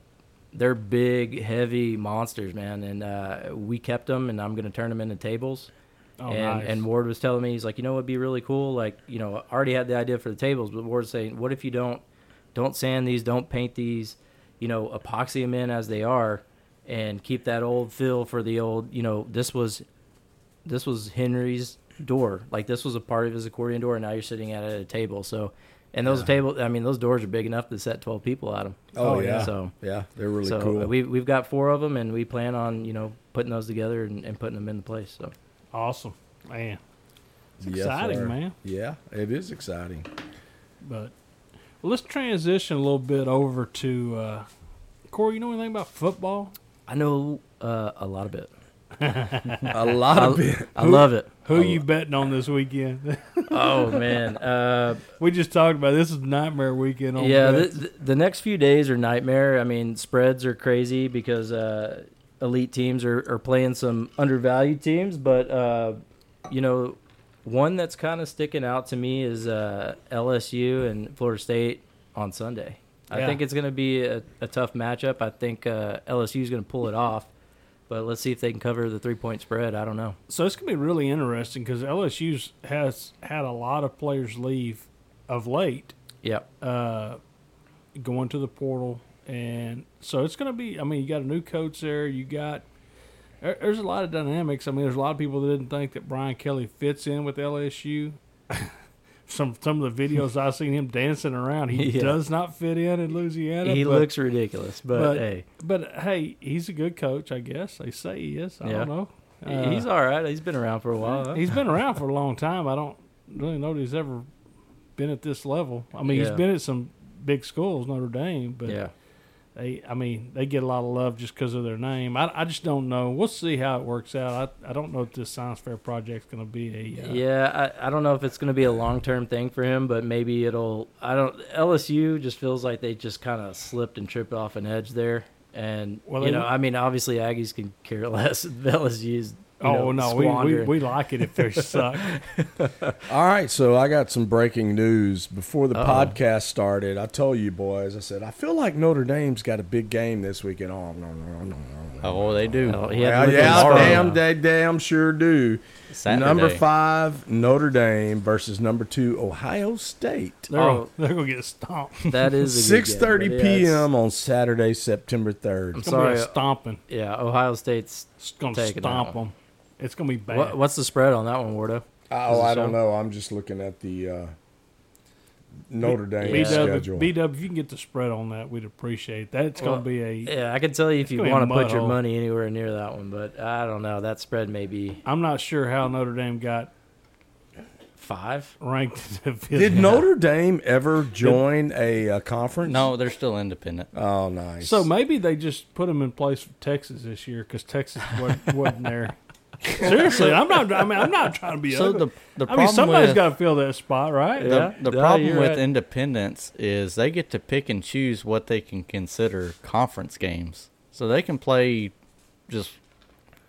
Speaker 4: they're big heavy monsters man and uh, we kept them and i'm going to turn them into tables
Speaker 2: Oh,
Speaker 4: and,
Speaker 2: nice.
Speaker 4: and Ward was telling me, he's like, you know, what'd be really cool. Like, you know, I already had the idea for the tables, but Ward's saying, what if you don't, don't sand these, don't paint these, you know, epoxy them in as they are, and keep that old feel for the old, you know, this was, this was Henry's door. Like this was a part of his accordion door, and now you're sitting at it at a table. So, and those table, I mean, those doors are big enough to set twelve people at them.
Speaker 1: Oh, yeah.
Speaker 4: So.
Speaker 1: yeah, they're really
Speaker 4: so uh,
Speaker 1: cool.
Speaker 4: we we've got four of them, and we plan on you know putting those together and, and putting them into place. So
Speaker 2: awesome, man. It's
Speaker 1: Yes,
Speaker 2: exciting,
Speaker 1: sir.
Speaker 2: man.
Speaker 1: Yeah, it is exciting.
Speaker 2: But well, let's transition a little bit over to uh, Corey. You know anything about football?
Speaker 4: I know uh, a lot of it.
Speaker 1: A lot of
Speaker 4: I,
Speaker 1: it.
Speaker 4: I love it.
Speaker 1: Oh,
Speaker 2: Who you betting on this weekend?
Speaker 4: Oh man, uh,
Speaker 2: we just talked about this is nightmare weekend. On
Speaker 4: yeah.
Speaker 2: bets.
Speaker 4: The, the next few days are nightmare. I mean, spreads are crazy because uh, elite teams are, are playing some undervalued teams, but uh, you know, one that's kind of sticking out to me is uh, LSU and Florida State on Sunday. I
Speaker 2: Yeah.
Speaker 4: think it's going to be a, a tough matchup. I think uh, LSU is going to pull it off, but let's see if they can cover the three point spread. I don't know.
Speaker 2: So it's gonna be really interesting because LSU's has had a lot of players leave of late,
Speaker 4: Yeah.
Speaker 2: uh, going to the portal, and so it's gonna be. I mean, you got a new coach there. You got there- there's a lot of dynamics. I mean, there's a lot of people that didn't think that Brian Kelly fits in with LSU. some some of the videos I've seen him dancing around, he
Speaker 4: Yeah.
Speaker 2: does not fit in in Louisiana.
Speaker 4: He
Speaker 2: but-
Speaker 4: looks ridiculous, but,
Speaker 2: but-
Speaker 4: hey,
Speaker 2: but hey, he's a good coach, I guess. They say he is. I
Speaker 4: Yeah.
Speaker 2: don't know.
Speaker 4: He- he's all right. He's been around for a while. huh?
Speaker 2: uh, He's been around for a long time. I don't really know that he's ever been at this level. I mean,
Speaker 4: Yeah.
Speaker 2: he's been at some big schools, Notre Dame, but
Speaker 4: yeah,
Speaker 2: they, I mean, they get a lot of love just because of their name. I, I just don't know. We'll see how it works out. I, I don't know if this science fair project's going to be a.
Speaker 4: yeah.
Speaker 2: Uh,
Speaker 4: I, I don't know if it's going to be a long term thing for him, but maybe it'll. I don't. LSU just feels like they just kind of slipped and tripped off an edge there, and
Speaker 2: Well,
Speaker 4: you
Speaker 2: they-
Speaker 4: know, I mean, obviously Aggies can care less. if LSU's. You
Speaker 2: Oh
Speaker 4: know,
Speaker 2: no, we, we,
Speaker 4: squandering.
Speaker 2: we like it if they suck.
Speaker 1: All right, so I got some breaking news before the
Speaker 4: Uh-oh.
Speaker 1: podcast started. I told you boys, I said I feel like Notre Dame's got a big game this weekend. Oh no, no, no, no, no.
Speaker 3: Oh, they do.
Speaker 4: Oh, he had to
Speaker 1: Yeah,
Speaker 4: look at
Speaker 1: yeah,
Speaker 4: his phone.
Speaker 1: damn, they damn sure do.
Speaker 3: Saturday.
Speaker 1: Number five, Notre Dame versus number two, Ohio State.
Speaker 2: They're,
Speaker 4: Oh.
Speaker 2: they're gonna get stomped.
Speaker 4: That is a good
Speaker 1: Six
Speaker 4: game,
Speaker 1: thirty
Speaker 4: but yeah, it's-
Speaker 1: p.m. on Saturday, September third.
Speaker 2: It's gonna be a
Speaker 4: Sorry.
Speaker 2: stomping.
Speaker 4: Yeah, Ohio State's.
Speaker 2: It's gonna
Speaker 4: Taking that
Speaker 2: stomp
Speaker 4: one.
Speaker 2: them. It's gonna be bad.
Speaker 4: What, what's the spread on that one, Wardo?
Speaker 1: Oh,
Speaker 4: it
Speaker 1: I don't
Speaker 4: so?
Speaker 1: know. I'm just looking at the uh, Notre Dame
Speaker 4: Yeah.
Speaker 1: schedule.
Speaker 2: BW, BW, if you can get the spread on that, we'd appreciate that. It's
Speaker 4: Well,
Speaker 2: gonna be a.
Speaker 4: Yeah, I can tell you if you
Speaker 2: gonna be
Speaker 4: want
Speaker 2: a
Speaker 4: to
Speaker 2: mud
Speaker 4: put your
Speaker 2: hole.
Speaker 4: money anywhere near that one, but I don't know. That spread may be
Speaker 2: I'm not sure how Notre Dame got
Speaker 4: five.
Speaker 2: ranked in the fifth.
Speaker 1: Did Notre Dame ever join a, uh conference?
Speaker 3: No, they're still independent.
Speaker 1: Oh, nice.
Speaker 2: So maybe they just put them in place for Texas this year because Texas wasn't, wasn't there. Seriously, I'm not. I mean, I'm not trying to be.
Speaker 3: So
Speaker 2: ugly.
Speaker 3: the the
Speaker 2: I mean,
Speaker 3: problem
Speaker 2: somebody's
Speaker 3: with
Speaker 2: got to fill that spot, right?
Speaker 3: the,
Speaker 4: Yeah.
Speaker 3: the
Speaker 4: Yeah,
Speaker 3: problem
Speaker 4: you're
Speaker 3: with
Speaker 4: right.
Speaker 3: independence is they get to pick and choose what they can consider conference games. So they can play just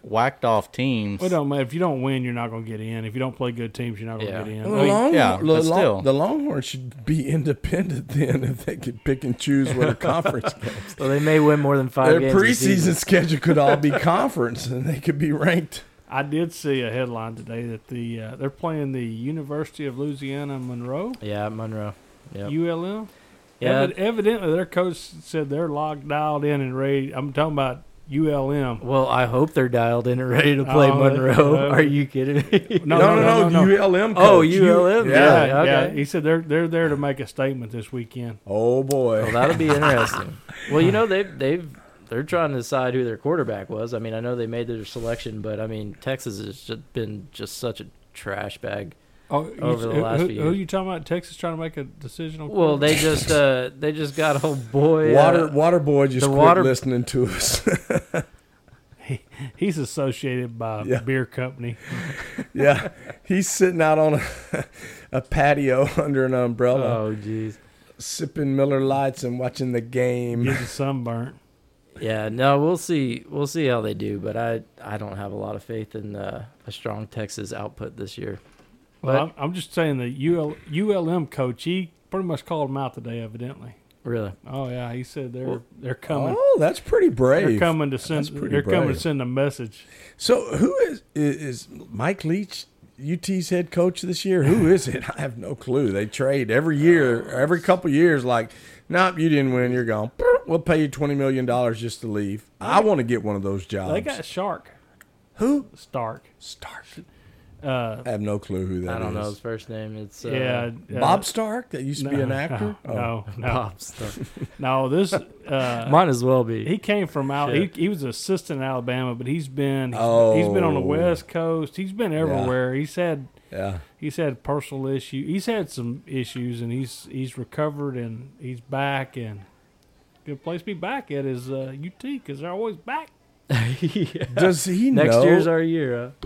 Speaker 3: whacked off teams.
Speaker 2: It don't matter if you don't win, you're not going to get in. If you don't play good teams, you're not going to
Speaker 4: Yeah.
Speaker 2: get in.
Speaker 1: Well,
Speaker 2: I
Speaker 1: the,
Speaker 2: mean,
Speaker 1: Longhorn,
Speaker 3: yeah,
Speaker 1: the,
Speaker 3: but
Speaker 1: Long-
Speaker 3: still.
Speaker 1: the Longhorns should be independent then if they could pick and choose what a conference games.
Speaker 4: Well, they may win more than five
Speaker 1: Their
Speaker 4: games this season.
Speaker 1: preseason schedule could all be conference and they could be ranked.
Speaker 2: I did see a headline today that the uh, they're playing the University of Louisiana Monroe
Speaker 4: Yeah, Monroe. Yep.
Speaker 2: ULM.
Speaker 4: Yeah.
Speaker 2: Evid- evidently their coach said they're locked, dialed in, and ready. I'm talking about ULM.
Speaker 4: well, I hope they're dialed in and ready to play
Speaker 2: Oh, they-
Speaker 4: Monroe.
Speaker 2: uh,
Speaker 4: Are you kidding me?
Speaker 2: No, no, no, no, no.
Speaker 1: ULM. Coach.
Speaker 4: Oh, ULM.
Speaker 1: Yeah.
Speaker 4: Yeah.
Speaker 2: yeah,
Speaker 4: okay.
Speaker 2: He said they're they're there to make a statement this weekend.
Speaker 1: Oh boy.
Speaker 4: Well, that'll be interesting. well, you know they've they've they're trying to decide who their quarterback was. I mean, I know they made their selection, but I mean Texas has just been just such a trash bag.
Speaker 2: Oh,
Speaker 4: Over the last
Speaker 2: who,
Speaker 4: few
Speaker 2: who
Speaker 4: years.
Speaker 2: you talking about? Texas trying to make a decision on
Speaker 4: Well, they just uh they just got old boy uh,
Speaker 1: water Water boy just
Speaker 4: the
Speaker 1: quit
Speaker 4: water-
Speaker 1: listening to us.
Speaker 2: he's associated by
Speaker 1: Yeah.
Speaker 2: a beer company.
Speaker 1: yeah, he's sitting out on a, a patio under an umbrella,
Speaker 4: Oh jeez.
Speaker 1: sipping Miller Lights and watching the game.
Speaker 2: Gets a sunburn.
Speaker 4: Yeah, no, we'll see. We'll see how they do, but I I don't have a lot of faith in uh, a strong Texas output this year.
Speaker 2: Well, I'm,
Speaker 4: But-
Speaker 2: I'm just saying the UL, ULM coach, he pretty much called him out today, evidently.
Speaker 4: Really,
Speaker 2: Oh yeah, he said they're
Speaker 4: Well,
Speaker 2: they're coming.
Speaker 1: Oh, that's pretty
Speaker 2: They're
Speaker 1: brave.
Speaker 2: coming to send.
Speaker 1: That's pretty
Speaker 2: They're coming
Speaker 1: brave.
Speaker 2: to send a message.
Speaker 1: So who is i- is Mike Leach UT's head coach this year? Who is it? I have no clue. They trade every year, every couple years. Like, nope, you didn't win. You're gone. We'll pay you twenty million dollars just to leave. I want to get one of those jobs.
Speaker 2: They got Shark
Speaker 1: who?
Speaker 2: Stark.
Speaker 1: Stark.
Speaker 2: Uh,
Speaker 1: I have no clue who that is.
Speaker 4: I don't know his first name. It's uh,
Speaker 2: yeah, uh,
Speaker 1: Bob Stark, that used to be
Speaker 2: no,
Speaker 1: an actor. Oh,
Speaker 2: No, no, no,
Speaker 4: Bob Stark.
Speaker 2: No, This uh,
Speaker 4: Might as well be.
Speaker 2: he came from out. He,
Speaker 4: Shit.
Speaker 2: he was an assistant in Alabama, but he's been he's, he's been on the
Speaker 1: Oh.
Speaker 2: West Coast. He's been everywhere. He's had
Speaker 1: Yeah.
Speaker 2: he's had personal issue. He's had some issues, and he's he's recovered and he's back. And good place to be back at is uh, UT because they're always back.
Speaker 4: Yeah.
Speaker 1: Does he
Speaker 4: Next
Speaker 1: know?
Speaker 4: year's our year.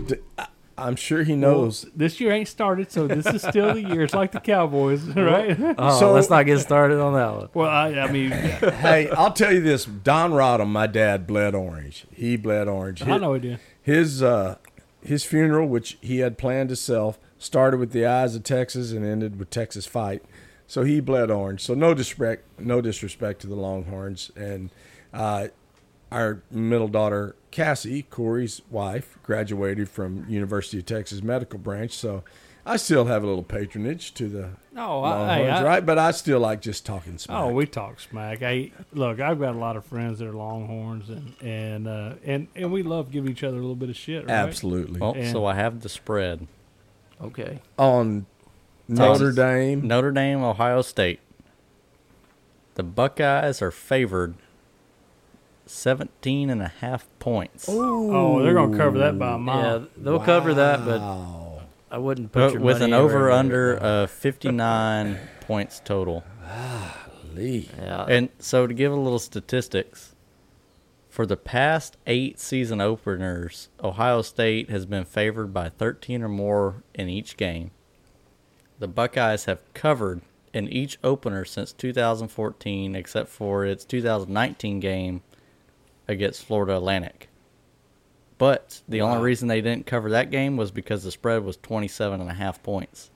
Speaker 4: Huh?
Speaker 1: I'm sure he knows.
Speaker 2: This year ain't started, so this is still the year. It's like the Cowboys, right?
Speaker 4: Oh,
Speaker 1: So-
Speaker 4: let's not get started on that one.
Speaker 2: well, I, I mean,
Speaker 1: hey, I'll tell you this: Don Rodham, my dad, bled orange. He bled orange.
Speaker 2: I know he did.
Speaker 1: his uh, his funeral, which he had planned himself, started with the eyes of Texas and ended with Texas fight. So he bled orange. So no disrespect, no disrespect to the Longhorns and uh, our middle daughter Cassie Corey's wife graduated from University of Texas Medical Branch. So I still have a little patronage to the
Speaker 2: No, I, hey,
Speaker 1: Longhorns,
Speaker 2: I,
Speaker 1: right? But I still like just talking smack.
Speaker 2: Oh, we talk smack. I look. I've got a lot of friends that are Longhorns, and and uh, and and we love giving each other a little bit of shit. Right?
Speaker 1: absolutely
Speaker 3: Well,
Speaker 2: And-
Speaker 3: Oh, so I have the spread:
Speaker 4: Okay.
Speaker 1: on Notre
Speaker 3: Texas.
Speaker 1: Dame.
Speaker 3: Notre Dame, Ohio State. The Buckeyes are favored 17 and a half points.
Speaker 2: Oh, they're gonna cover that by a mile.
Speaker 4: Yeah, they'll cover that, but
Speaker 1: Wow.
Speaker 4: I wouldn't put
Speaker 3: But
Speaker 4: your
Speaker 3: Uh, with an uh,
Speaker 4: money anywhere
Speaker 3: over
Speaker 4: near
Speaker 3: under
Speaker 4: it.
Speaker 3: of 59 points total.
Speaker 1: Lee.
Speaker 4: Yeah.
Speaker 3: And so to give a little statistics, for the past eight season openers, Ohio State has been favored by 13 or more in each game. The Buckeyes have covered in each opener since 2014, except for its 2019 game against Florida Atlantic. But the only reason they didn't cover that game was because the spread was 27 and a half points.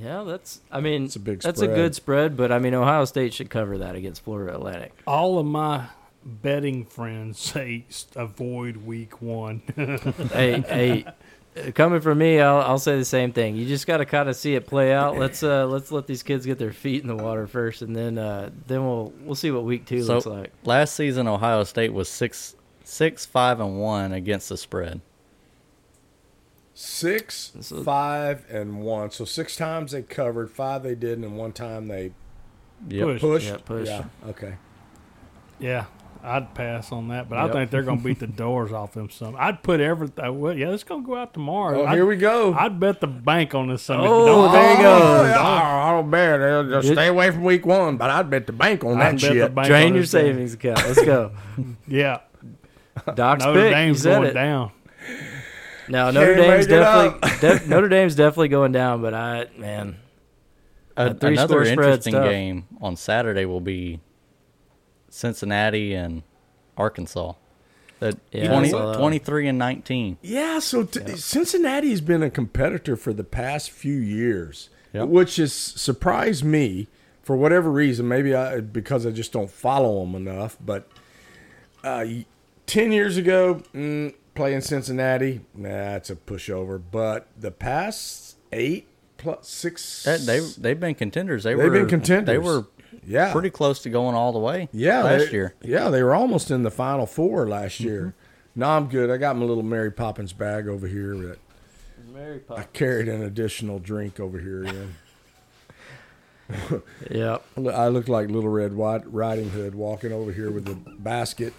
Speaker 4: yeah, that's. I mean,
Speaker 1: It's a big
Speaker 4: that's a
Speaker 1: spread.
Speaker 4: good spread, but I mean, Ohio State should cover that against Florida Atlantic.
Speaker 2: All of my betting friends say s- avoid week one.
Speaker 4: hey, hey, uh, coming from me, I'll, I'll say the same thing. You just got to kind of see it play out. Let's uh, let's let these kids get their feet in the water first, and then uh, then we'll we'll see what week two
Speaker 3: So-
Speaker 4: looks like.
Speaker 3: Last season, Ohio State was six, six, five, and one against the spread.
Speaker 1: Six,
Speaker 4: So-
Speaker 1: five, and one. So six times they covered, five they didn't, and one time they
Speaker 3: Yep.
Speaker 2: Push.
Speaker 1: pushed.
Speaker 4: Yeah, pushed.
Speaker 1: Yeah, okay.
Speaker 2: yeah, I'd pass on that, but I
Speaker 3: Yep.
Speaker 2: think they're gonna beat the doors off them. Some. I'd put everything. Well, yeah, it's gonna go out tomorrow.
Speaker 1: Oh,
Speaker 2: I'd,
Speaker 1: here we go.
Speaker 2: I'd bet the bank on this. Sunday.
Speaker 4: Oh,
Speaker 2: Don't-
Speaker 4: there you
Speaker 1: Oh,
Speaker 4: go.
Speaker 1: yeah. I don't bear. Just
Speaker 4: It-
Speaker 1: stay away from week one, but I'd bet the bank on that
Speaker 2: I'd bet the
Speaker 1: shit.
Speaker 2: bank
Speaker 4: Drain
Speaker 2: on
Speaker 4: your
Speaker 2: this thing.
Speaker 4: savings account. Let's go.
Speaker 2: Yeah,
Speaker 4: Doc's
Speaker 2: Notre
Speaker 4: pick. You
Speaker 2: Dame's
Speaker 4: said
Speaker 2: going
Speaker 4: it.
Speaker 2: down.
Speaker 4: No, Notre
Speaker 1: Can't
Speaker 4: Dame's
Speaker 1: make it
Speaker 4: definitely def- Notre Dame's definitely going down. But I man,
Speaker 3: A-
Speaker 4: A Uh, three
Speaker 3: another
Speaker 4: score spread's
Speaker 3: interesting
Speaker 4: tough.
Speaker 3: game on Saturday will be Cincinnati and Arkansas. That
Speaker 4: Yeah, I
Speaker 3: 20,
Speaker 4: saw that.
Speaker 3: 23 and 19.
Speaker 1: Yeah, so t- Cincinnati has been a competitor for the past few years,
Speaker 3: Yep.
Speaker 1: which has surprised me for whatever reason. Maybe I, because I just don't follow them enough. But uh, y- 10 years ago, mm, playing Cincinnati, nah, it's a pushover. But the past eight plus six.
Speaker 3: That, they they've been contenders. They
Speaker 1: They've
Speaker 3: were
Speaker 1: been contenders.
Speaker 3: They were
Speaker 1: yeah.
Speaker 3: pretty close to going all the way.
Speaker 1: Yeah,
Speaker 3: last
Speaker 1: they-
Speaker 3: year.
Speaker 1: Yeah, they were almost in the final four last year. No, I'm good. I got my little Mary Poppins bag over here that
Speaker 2: Mary
Speaker 1: I carried an additional drink over here. In.
Speaker 4: Yeah.
Speaker 1: I look like Little Red Wi- Riding Hood walking over here with the basket,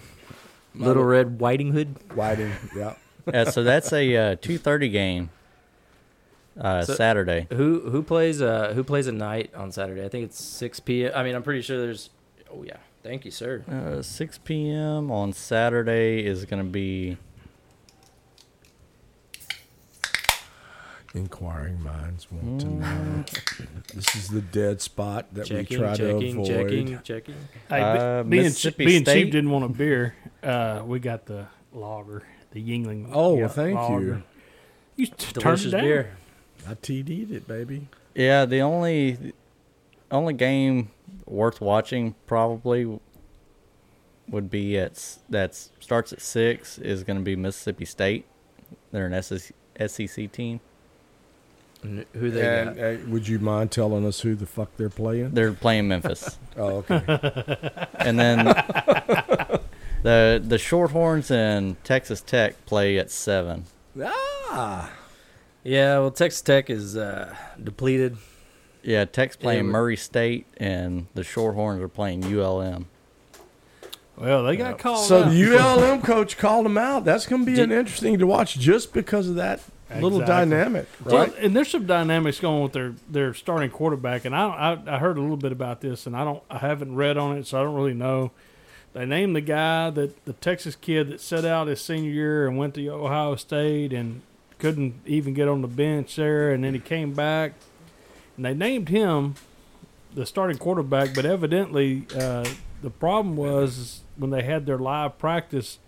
Speaker 5: Little Red Whiting Hood.
Speaker 1: riding. Yeah,
Speaker 3: yeah, so that's a uh, two thirty game uh, Saturday.
Speaker 4: Who who plays uh who plays at night on Saturday? I think it's six p.m. I mean, I'm pretty sure there's. Oh yeah, thank you, sir.
Speaker 3: Uh, Six p.m. on Saturday is going to be
Speaker 1: inquiring minds want to know. Mm. This is the dead spot that we
Speaker 4: Checking,
Speaker 1: try to
Speaker 4: checking,
Speaker 1: avoid.
Speaker 4: checking, checking.
Speaker 3: Uh,
Speaker 2: being,
Speaker 3: Mississippi
Speaker 2: being
Speaker 3: State?
Speaker 2: cheap didn't want a beer. Uh, we got the lager, the Yingling.
Speaker 1: Oh,
Speaker 2: yeah,
Speaker 1: well, thank you.
Speaker 2: You t- turned it
Speaker 4: Delicious
Speaker 2: down.
Speaker 4: beer.
Speaker 1: I TD'd it, baby.
Speaker 3: yeah. The only only game worth watching probably would be at s- that's starts at six is going to be Mississippi State. They're an SEC, SEC E team.
Speaker 4: N- Who they
Speaker 1: And
Speaker 4: got?
Speaker 1: uh, would you mind telling us who the fuck they're playing?
Speaker 3: They're playing Memphis.
Speaker 1: Oh, okay.
Speaker 3: and then the the Shorthorns and Texas Tech play at seven.
Speaker 1: ah,
Speaker 4: Yeah, well, Texas Tech is uh, depleted.
Speaker 3: Yeah, Tech's playing
Speaker 4: Yeah.
Speaker 3: Murray State, and the Shorthorns are playing ULM.
Speaker 2: Well, they got called.
Speaker 1: so
Speaker 2: out.
Speaker 1: the ULM coach called him out. That's going to be
Speaker 4: Did-
Speaker 1: an interesting to watch just because of that little
Speaker 2: Exactly.
Speaker 1: dynamic,
Speaker 2: Well,
Speaker 1: right?
Speaker 2: and there's some dynamics going with their, their starting quarterback, and I, I I heard a little bit about this, and I don't I haven't read on it, so I don't really know. They named the guy that the Texas kid that set out his senior year and went to Ohio State and couldn't even get on the bench there, and then he came back, and they named him the starting quarterback. But evidently, uh, the problem was is when they had their live practice,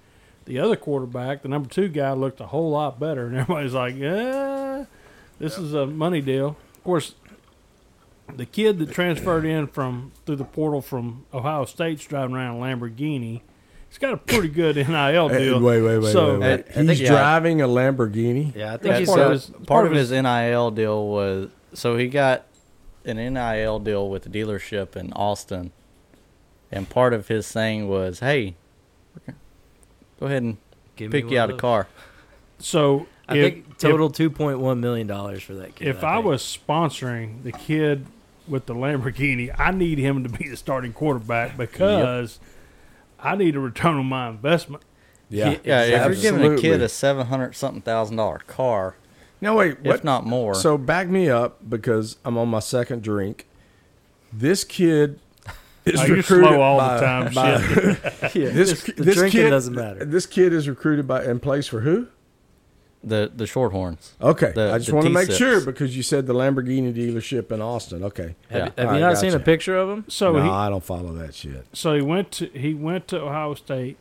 Speaker 2: the other quarterback, the number two guy, looked a whole lot better, and everybody's like, "Yeah, this is a money deal." Of course, the kid that transferred in from through the portal from Ohio State's driving around a Lamborghini. He's got a pretty good NIL
Speaker 1: Hey,
Speaker 2: deal.
Speaker 1: Wait, wait, wait, wait,
Speaker 2: So-
Speaker 1: wait.
Speaker 3: I- I
Speaker 1: He's
Speaker 3: think, yeah.
Speaker 1: driving a Lamborghini.
Speaker 4: Yeah, I think
Speaker 3: That's
Speaker 4: he's
Speaker 3: part,
Speaker 2: got-
Speaker 3: of
Speaker 4: got,
Speaker 3: his,
Speaker 2: part
Speaker 3: part
Speaker 2: of
Speaker 3: of his NIL deal was so he got an NIL deal with a dealership in Austin, and part of his thing was, "Hey, go ahead and
Speaker 4: give me
Speaker 3: pick you
Speaker 4: one
Speaker 3: out
Speaker 4: of
Speaker 3: a
Speaker 4: those.
Speaker 3: car."
Speaker 2: So
Speaker 4: I
Speaker 2: if-
Speaker 4: think total two point one million dollars for that kid.
Speaker 2: if I
Speaker 4: think.
Speaker 2: was sponsoring the kid with the Lamborghini, I need him to be the starting quarterback because I need a return on my investment.
Speaker 1: Yeah,
Speaker 3: Yeah, if you're giving a kid
Speaker 1: Absolutely.
Speaker 3: a seven hundred something thousand dollar car,
Speaker 1: No, wait. What?
Speaker 3: if not more,
Speaker 1: So back me up because I'm on my second drink. This kid is
Speaker 2: Oh, you're
Speaker 1: recruited
Speaker 2: slow all
Speaker 1: by-
Speaker 2: the time.
Speaker 1: by-
Speaker 2: shit.
Speaker 4: yeah,
Speaker 1: This,
Speaker 4: the
Speaker 1: this
Speaker 4: drinking
Speaker 1: kid
Speaker 4: doesn't matter.
Speaker 1: This kid is recruited by and plays for who?
Speaker 3: the the Shorthorns.
Speaker 1: Okay,
Speaker 3: The-
Speaker 1: I just
Speaker 3: the
Speaker 1: want to make
Speaker 3: T6.
Speaker 1: sure because you said the Lamborghini dealership in Austin. Okay,
Speaker 4: Have,
Speaker 3: Yeah.
Speaker 4: have you
Speaker 1: Alright,
Speaker 4: not seen a
Speaker 1: gotcha.
Speaker 4: picture of him?
Speaker 2: So
Speaker 1: no,
Speaker 2: he,
Speaker 1: I don't follow that shit.
Speaker 2: So he went to he went to Ohio State,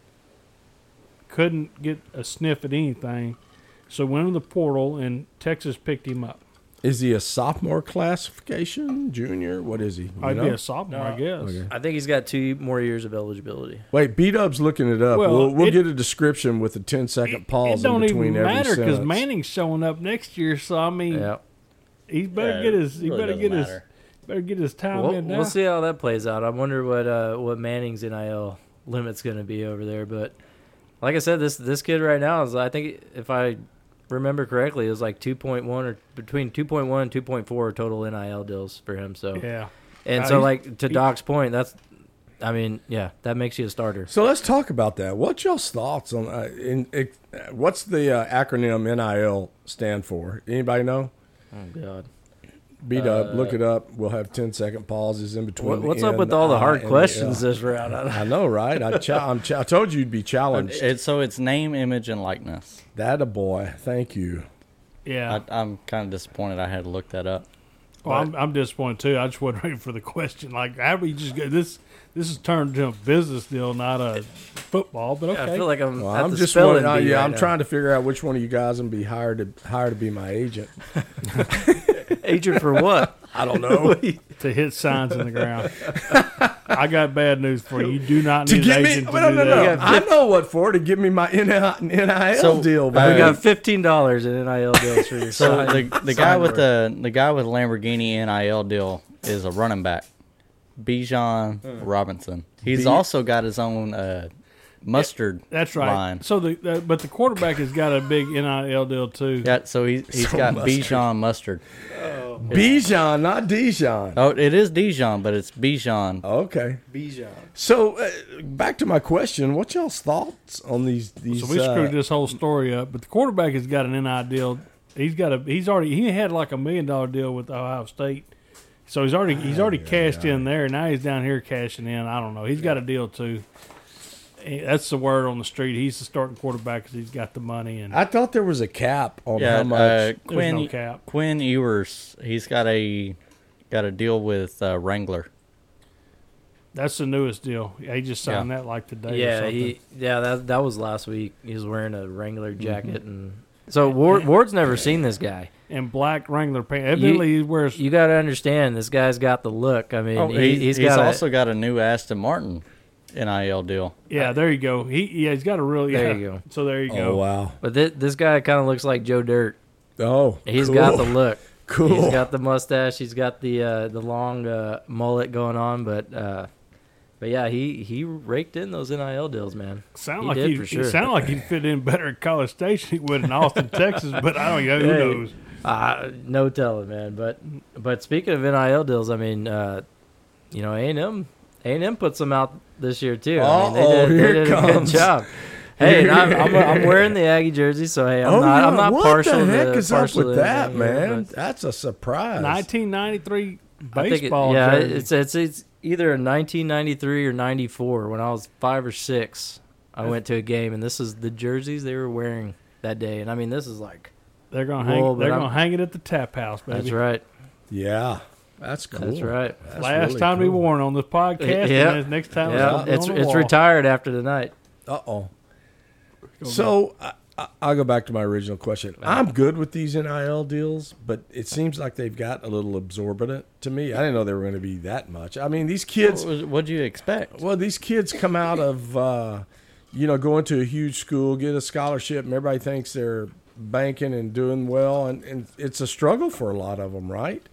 Speaker 2: couldn't get a sniff at anything, so went in the portal and Texas picked him up.
Speaker 1: Is he a sophomore classification, junior? What is he? You
Speaker 2: I'd be
Speaker 1: know?
Speaker 2: a sophomore, I guess.
Speaker 1: Okay.
Speaker 4: I think he's got two more years of eligibility.
Speaker 1: Wait, B Dub's looking it up.
Speaker 2: Well,
Speaker 1: we'll we'll
Speaker 2: it-
Speaker 1: get a description with a 10 second
Speaker 2: It,
Speaker 1: pause
Speaker 2: it don't
Speaker 1: in between
Speaker 2: even
Speaker 1: every
Speaker 2: matter
Speaker 1: sentence.
Speaker 2: Manning's showing up next year, so I mean
Speaker 4: Yeah,
Speaker 2: he better
Speaker 3: Yeah,
Speaker 2: get
Speaker 3: it
Speaker 2: his he
Speaker 3: really
Speaker 2: better
Speaker 3: doesn't
Speaker 2: get his
Speaker 3: matter.
Speaker 2: better get his time
Speaker 4: we'll,
Speaker 2: in now.
Speaker 4: we'll see how that plays out. I wonder what uh, what Manning's NIL limit's going to be over there. But like I said, this this kid right now is I think if I remember correctly, it was like two point one or between two point one and two point four total NIL deals for him. So
Speaker 2: Yeah.
Speaker 4: and
Speaker 2: Uh,
Speaker 4: so
Speaker 2: he's-
Speaker 4: like to
Speaker 2: he-
Speaker 4: Doc's point, that's I mean yeah, that makes you a starter.
Speaker 1: So let's talk about that. What's y'all's thoughts on uh, in, it, uh, what's the uh, acronym NIL stand for? Anybody know?
Speaker 4: Oh God.
Speaker 1: B Dub, look it up. We'll have 10 second pauses in between.
Speaker 4: What,
Speaker 1: the
Speaker 4: what's up
Speaker 1: N,
Speaker 4: with all the
Speaker 1: I,
Speaker 4: hard
Speaker 1: and
Speaker 4: questions
Speaker 1: L.
Speaker 4: this round? I don't-
Speaker 1: I know, right? I, cha- I'm cha- I told you you'd be challenged.
Speaker 3: It, so it's name, image, and likeness.
Speaker 1: That a boy. Thank you.
Speaker 2: Yeah.
Speaker 3: I, I'm kind of disappointed I had to look that up.
Speaker 2: Well, I'm, I'm disappointed too. I just wasn't ready for the question. Like, how do you just get this? This is turned into a business deal, not a football. But okay,
Speaker 4: I feel like I'm.
Speaker 1: Well,
Speaker 4: at
Speaker 1: I'm
Speaker 4: the
Speaker 1: just
Speaker 4: spelling
Speaker 1: wondering. uh,
Speaker 4: bee
Speaker 1: yeah,
Speaker 4: right
Speaker 1: I'm
Speaker 4: now.
Speaker 1: trying to figure out which one of you guys would be hired to hire to be my agent.
Speaker 4: Agent for what?
Speaker 1: I don't know.
Speaker 2: to hit signs in the ground. I got bad news for you. You do not
Speaker 1: to
Speaker 2: need
Speaker 1: get
Speaker 2: an
Speaker 1: me?
Speaker 2: agent to
Speaker 1: No,
Speaker 2: do
Speaker 1: no,
Speaker 2: that.
Speaker 1: no. I know what for to get me my NIL, NIL
Speaker 3: So,
Speaker 1: deal.
Speaker 3: uh,
Speaker 1: But
Speaker 4: we got fifteen dollars in NIL deals for your
Speaker 3: So
Speaker 4: sign-
Speaker 3: the the
Speaker 4: sign
Speaker 3: guy with
Speaker 4: work.
Speaker 3: the the guy with Lamborghini NIL deal is a running back, Bijan Robinson. He's
Speaker 1: B-
Speaker 3: also got his own uh, mustard.
Speaker 2: That's right.
Speaker 3: Line.
Speaker 2: So the uh, but the quarterback has got a big nil deal too.
Speaker 3: Yeah, so he he's
Speaker 1: So
Speaker 3: got
Speaker 1: mustard.
Speaker 3: Bijan mustard.
Speaker 1: Bijan, not Dijon.
Speaker 3: Oh, it is Dijon, but it's Bijan.
Speaker 1: Oh, Okay.
Speaker 6: Bijan.
Speaker 1: So uh, back to my question. What's y'all's thoughts on these? These.
Speaker 2: So we
Speaker 1: uh,
Speaker 2: screwed this whole story up. But the quarterback has got an NIL deal. He's got a he's already he had like a million dollar deal with Ohio State. So he's already he's already cashed in there. Now he's down here cashing in. I don't know. He's got a deal too. Eh, That's the word on the street. He's the starting quarterback because he's got the money and
Speaker 1: I thought there was a cap on
Speaker 3: Yeah,
Speaker 1: how much.
Speaker 3: uh,
Speaker 2: there's
Speaker 3: Quinn
Speaker 2: no cap.
Speaker 3: Quinn Ewers. He's got a got a deal with uh, Wrangler.
Speaker 2: That's the newest deal. He just signed that like today. or
Speaker 4: yeah,
Speaker 2: something.
Speaker 4: he yeah that that was last week. He was wearing a Wrangler jacket and so Ward, Ward's never seen this guy.
Speaker 2: and black Wrangler pants. Evidently, he wears.
Speaker 4: You got to understand this guy's got the look. I mean,
Speaker 3: Oh,
Speaker 4: he,
Speaker 3: he,
Speaker 4: he's
Speaker 3: he's
Speaker 4: got a-
Speaker 3: also got a new Aston Martin NIL deal.
Speaker 2: yeah, there you go. He yeah, he's got a real. Yeah.
Speaker 4: There you go.
Speaker 2: So there you
Speaker 1: oh
Speaker 2: go.
Speaker 1: wow.
Speaker 4: but thi- this guy kind of looks like Joe Dirt.
Speaker 1: Oh,
Speaker 4: He's
Speaker 1: cool.
Speaker 4: got the look.
Speaker 1: cool.
Speaker 4: He's got the mustache. He's got the uh, the long uh, mullet going on, but uh, but yeah, he he raked in those NIL deals, man.
Speaker 2: Sound
Speaker 4: He
Speaker 2: like
Speaker 4: did
Speaker 2: he,
Speaker 4: for
Speaker 2: he
Speaker 4: sure.
Speaker 2: sound like he'd fit in better at College Station than he would in Austin, Texas. But I don't know. Who
Speaker 4: Hey.
Speaker 2: knows?
Speaker 4: Uh, no telling, man. But but speaking of NIL deals, I mean, uh, you know, A and M A and M put some out this year too. I mean, they
Speaker 1: Uh-oh,
Speaker 4: did, they
Speaker 1: here
Speaker 4: did a good
Speaker 1: comes.
Speaker 4: job. Hey, and I'm, I'm, I'm wearing the Aggie jersey, so hey, I'm
Speaker 1: oh,
Speaker 4: not
Speaker 1: yeah.
Speaker 4: I'm not
Speaker 1: what
Speaker 4: partial.
Speaker 1: the heck
Speaker 4: to,
Speaker 1: is up
Speaker 4: partial
Speaker 1: with
Speaker 4: to
Speaker 1: that,
Speaker 4: anything here,
Speaker 1: man?
Speaker 4: but-
Speaker 1: That's a surprise.
Speaker 2: 1993
Speaker 4: I think it-
Speaker 2: baseball.
Speaker 4: yeah,
Speaker 2: jersey.
Speaker 4: it's it's it's either in 1993 or 94. When I was five or six, I went to a game, and this is the jerseys they were wearing that day. And I mean, this is like
Speaker 2: they're gonna hang.
Speaker 4: Whoa, but
Speaker 2: they're
Speaker 4: I'm-
Speaker 2: gonna hang it at the tap house, baby.
Speaker 4: that's right,
Speaker 1: Yeah, that's cool.
Speaker 4: that's right.
Speaker 1: That's
Speaker 2: Last
Speaker 1: really
Speaker 2: time we
Speaker 1: cool.
Speaker 2: worn on this podcast,
Speaker 4: Yeah.
Speaker 2: and then next time
Speaker 4: Yeah, it's
Speaker 2: it's, on the
Speaker 4: it's
Speaker 2: wall.
Speaker 4: retired after tonight.
Speaker 1: Uh oh. So I, I, I'll go back to my original question. I'm good with these NIL deals, but it seems like they've got a little absorbent to me. I didn't know they were going to be that much. I mean, these kids.
Speaker 3: What would you expect?
Speaker 1: Well, these kids come out of, uh, you know, going to a huge school, get a scholarship, and everybody thinks they're banking and doing well, and, and it's a struggle for a lot of them, right?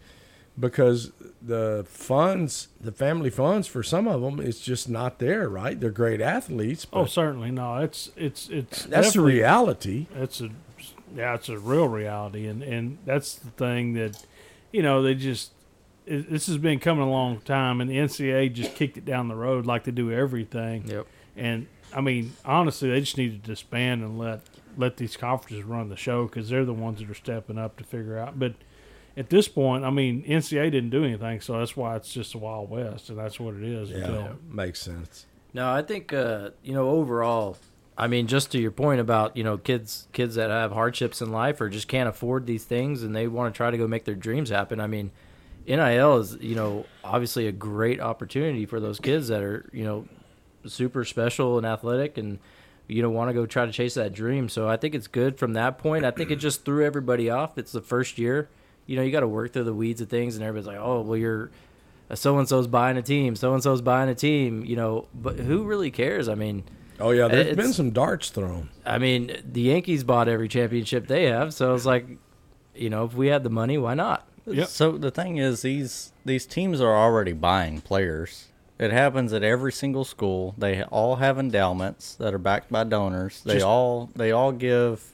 Speaker 1: Because the funds, the family funds for some of them, it's just not there, right? They're great athletes, but
Speaker 2: Oh, certainly no. It's it's
Speaker 1: that's
Speaker 2: it's
Speaker 1: the
Speaker 2: definitely-
Speaker 1: reality.
Speaker 2: That's a yeah, it's a real reality, and and that's the thing that you know they just it, this has been coming a long time, and the NCAA just kicked it down the road like they do everything.
Speaker 4: Yep.
Speaker 2: And I mean, honestly, they just need to disband and let let these conferences run the show because they're the ones that are stepping up to figure out. But at this point, I mean, NCAA didn't do anything, so that's why it's just the Wild West, and that's what it is. until-
Speaker 1: makes sense.
Speaker 4: No, I think uh, you know overall. I mean, just to your point about you know kids kids that have hardships in life or just can't afford these things and they want to try to go make their dreams happen. I mean, NIL is you know obviously a great opportunity for those kids that are you know super special and athletic and you know want to go try to chase that dream. So I think it's good from that point. I think it just threw everybody off. It's the first year. You know, you got to work through the weeds of things, and everybody's like, "Oh, well, you're so and so's buying a team, so and so's buying a team." You know, but who really cares? I mean,
Speaker 1: Oh yeah, there's
Speaker 4: It's-
Speaker 1: been some darts thrown.
Speaker 4: I mean, the Yankees bought every championship they have, so it's like, you know, if we had the money, why not?
Speaker 2: Yep.
Speaker 3: So the thing is, these these teams are already buying players. It happens at every single school. They all have endowments that are backed by donors. They
Speaker 2: Just-
Speaker 3: all they all give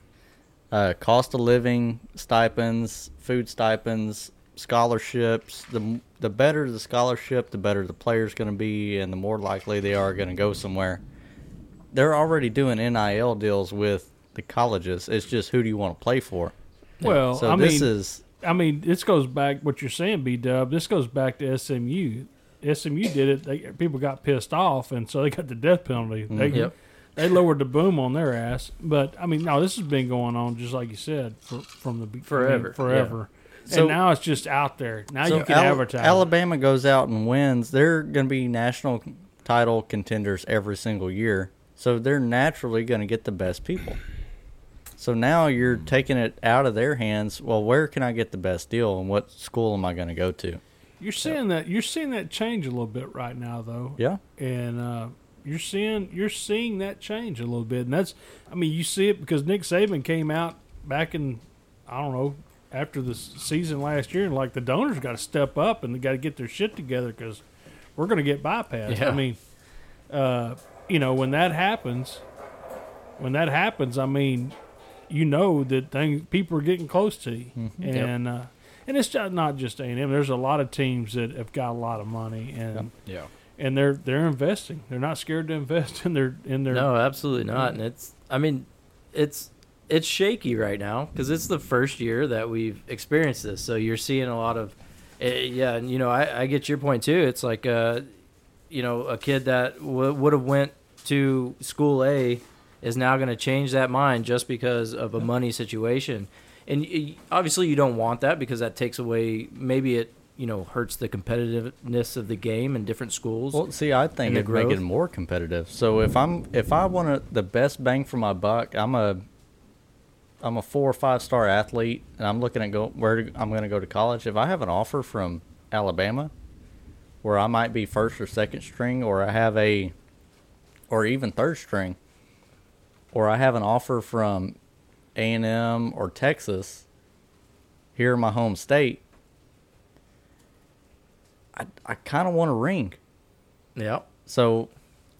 Speaker 3: uh, cost of living stipends, food stipends, scholarships. The m- the better the scholarship, the better the player's going to be, and the more likely they are going to go somewhere. They're already doing NIL deals with the colleges. It's just who do you want to play for?
Speaker 2: well,
Speaker 3: So
Speaker 2: I
Speaker 3: this
Speaker 2: mean,
Speaker 3: is
Speaker 2: I mean, this goes back what you're saying, B Dub. This goes back to SMU. SMU did it. They, people got pissed off, and so they got the death penalty.
Speaker 3: Mm-hmm.
Speaker 2: They,
Speaker 4: Yep.
Speaker 2: they lowered the boom on their ass. But I mean, no, this has been going on just like you said for, from the be- I mean,
Speaker 4: Forever, yeah.
Speaker 2: forever.
Speaker 3: So-
Speaker 2: and now it's just out there. Now
Speaker 3: So
Speaker 2: you can
Speaker 3: Al-
Speaker 2: advertise.
Speaker 3: Alabama goes out and wins. They're going to be national title contenders every single year. So they're naturally going to get the best people. So now you're taking it out of their hands. Well, where can I get the best deal and what school am I going to go to?
Speaker 2: You're seeing that. You're seeing that change a little bit right now, though.
Speaker 3: Yeah.
Speaker 2: and uh, you're seeing you're seeing that change a little bit, and that's I mean you see it because Nick Saban came out back in I don't know after the s- season last year, and like the donors got to step up and they got to get their shit together because we're going to get bypassed.
Speaker 4: Yeah.
Speaker 2: I mean, uh, you know when that happens, when that happens, I mean you know that thing people are getting close to you, and uh, and it's ju- not just A and M. There's a lot of teams that have got a lot of money and
Speaker 4: Yeah.
Speaker 2: and they're they're investing. They're not scared to invest in their in their.
Speaker 4: No, absolutely not. And it's, I mean, it's it's shaky right now because it's the first year that we've experienced this. So you're seeing a lot of, eh, yeah, and you know, I, I get your point too. It's like, uh, you know, a kid that w- would have went to school A is now going to change that mind just because of a money situation. And y- obviously, you don't want that because that takes away. Maybe it, you know, hurts the competitiveness of the game in different schools.
Speaker 3: Well, see, I think
Speaker 4: And the
Speaker 3: it'd make
Speaker 4: growth.
Speaker 3: it more competitive. So if I'm if I want to the best bang for my buck, I'm a I'm a four or five star athlete, and I'm looking at go where to- I'm going to go to college. If I have an offer from Alabama, where I might be first or second string, or I have a, or even third string, or I have an offer from A and M or Texas, here in my home state, I I kind of want a ring.
Speaker 4: yeah.
Speaker 3: So,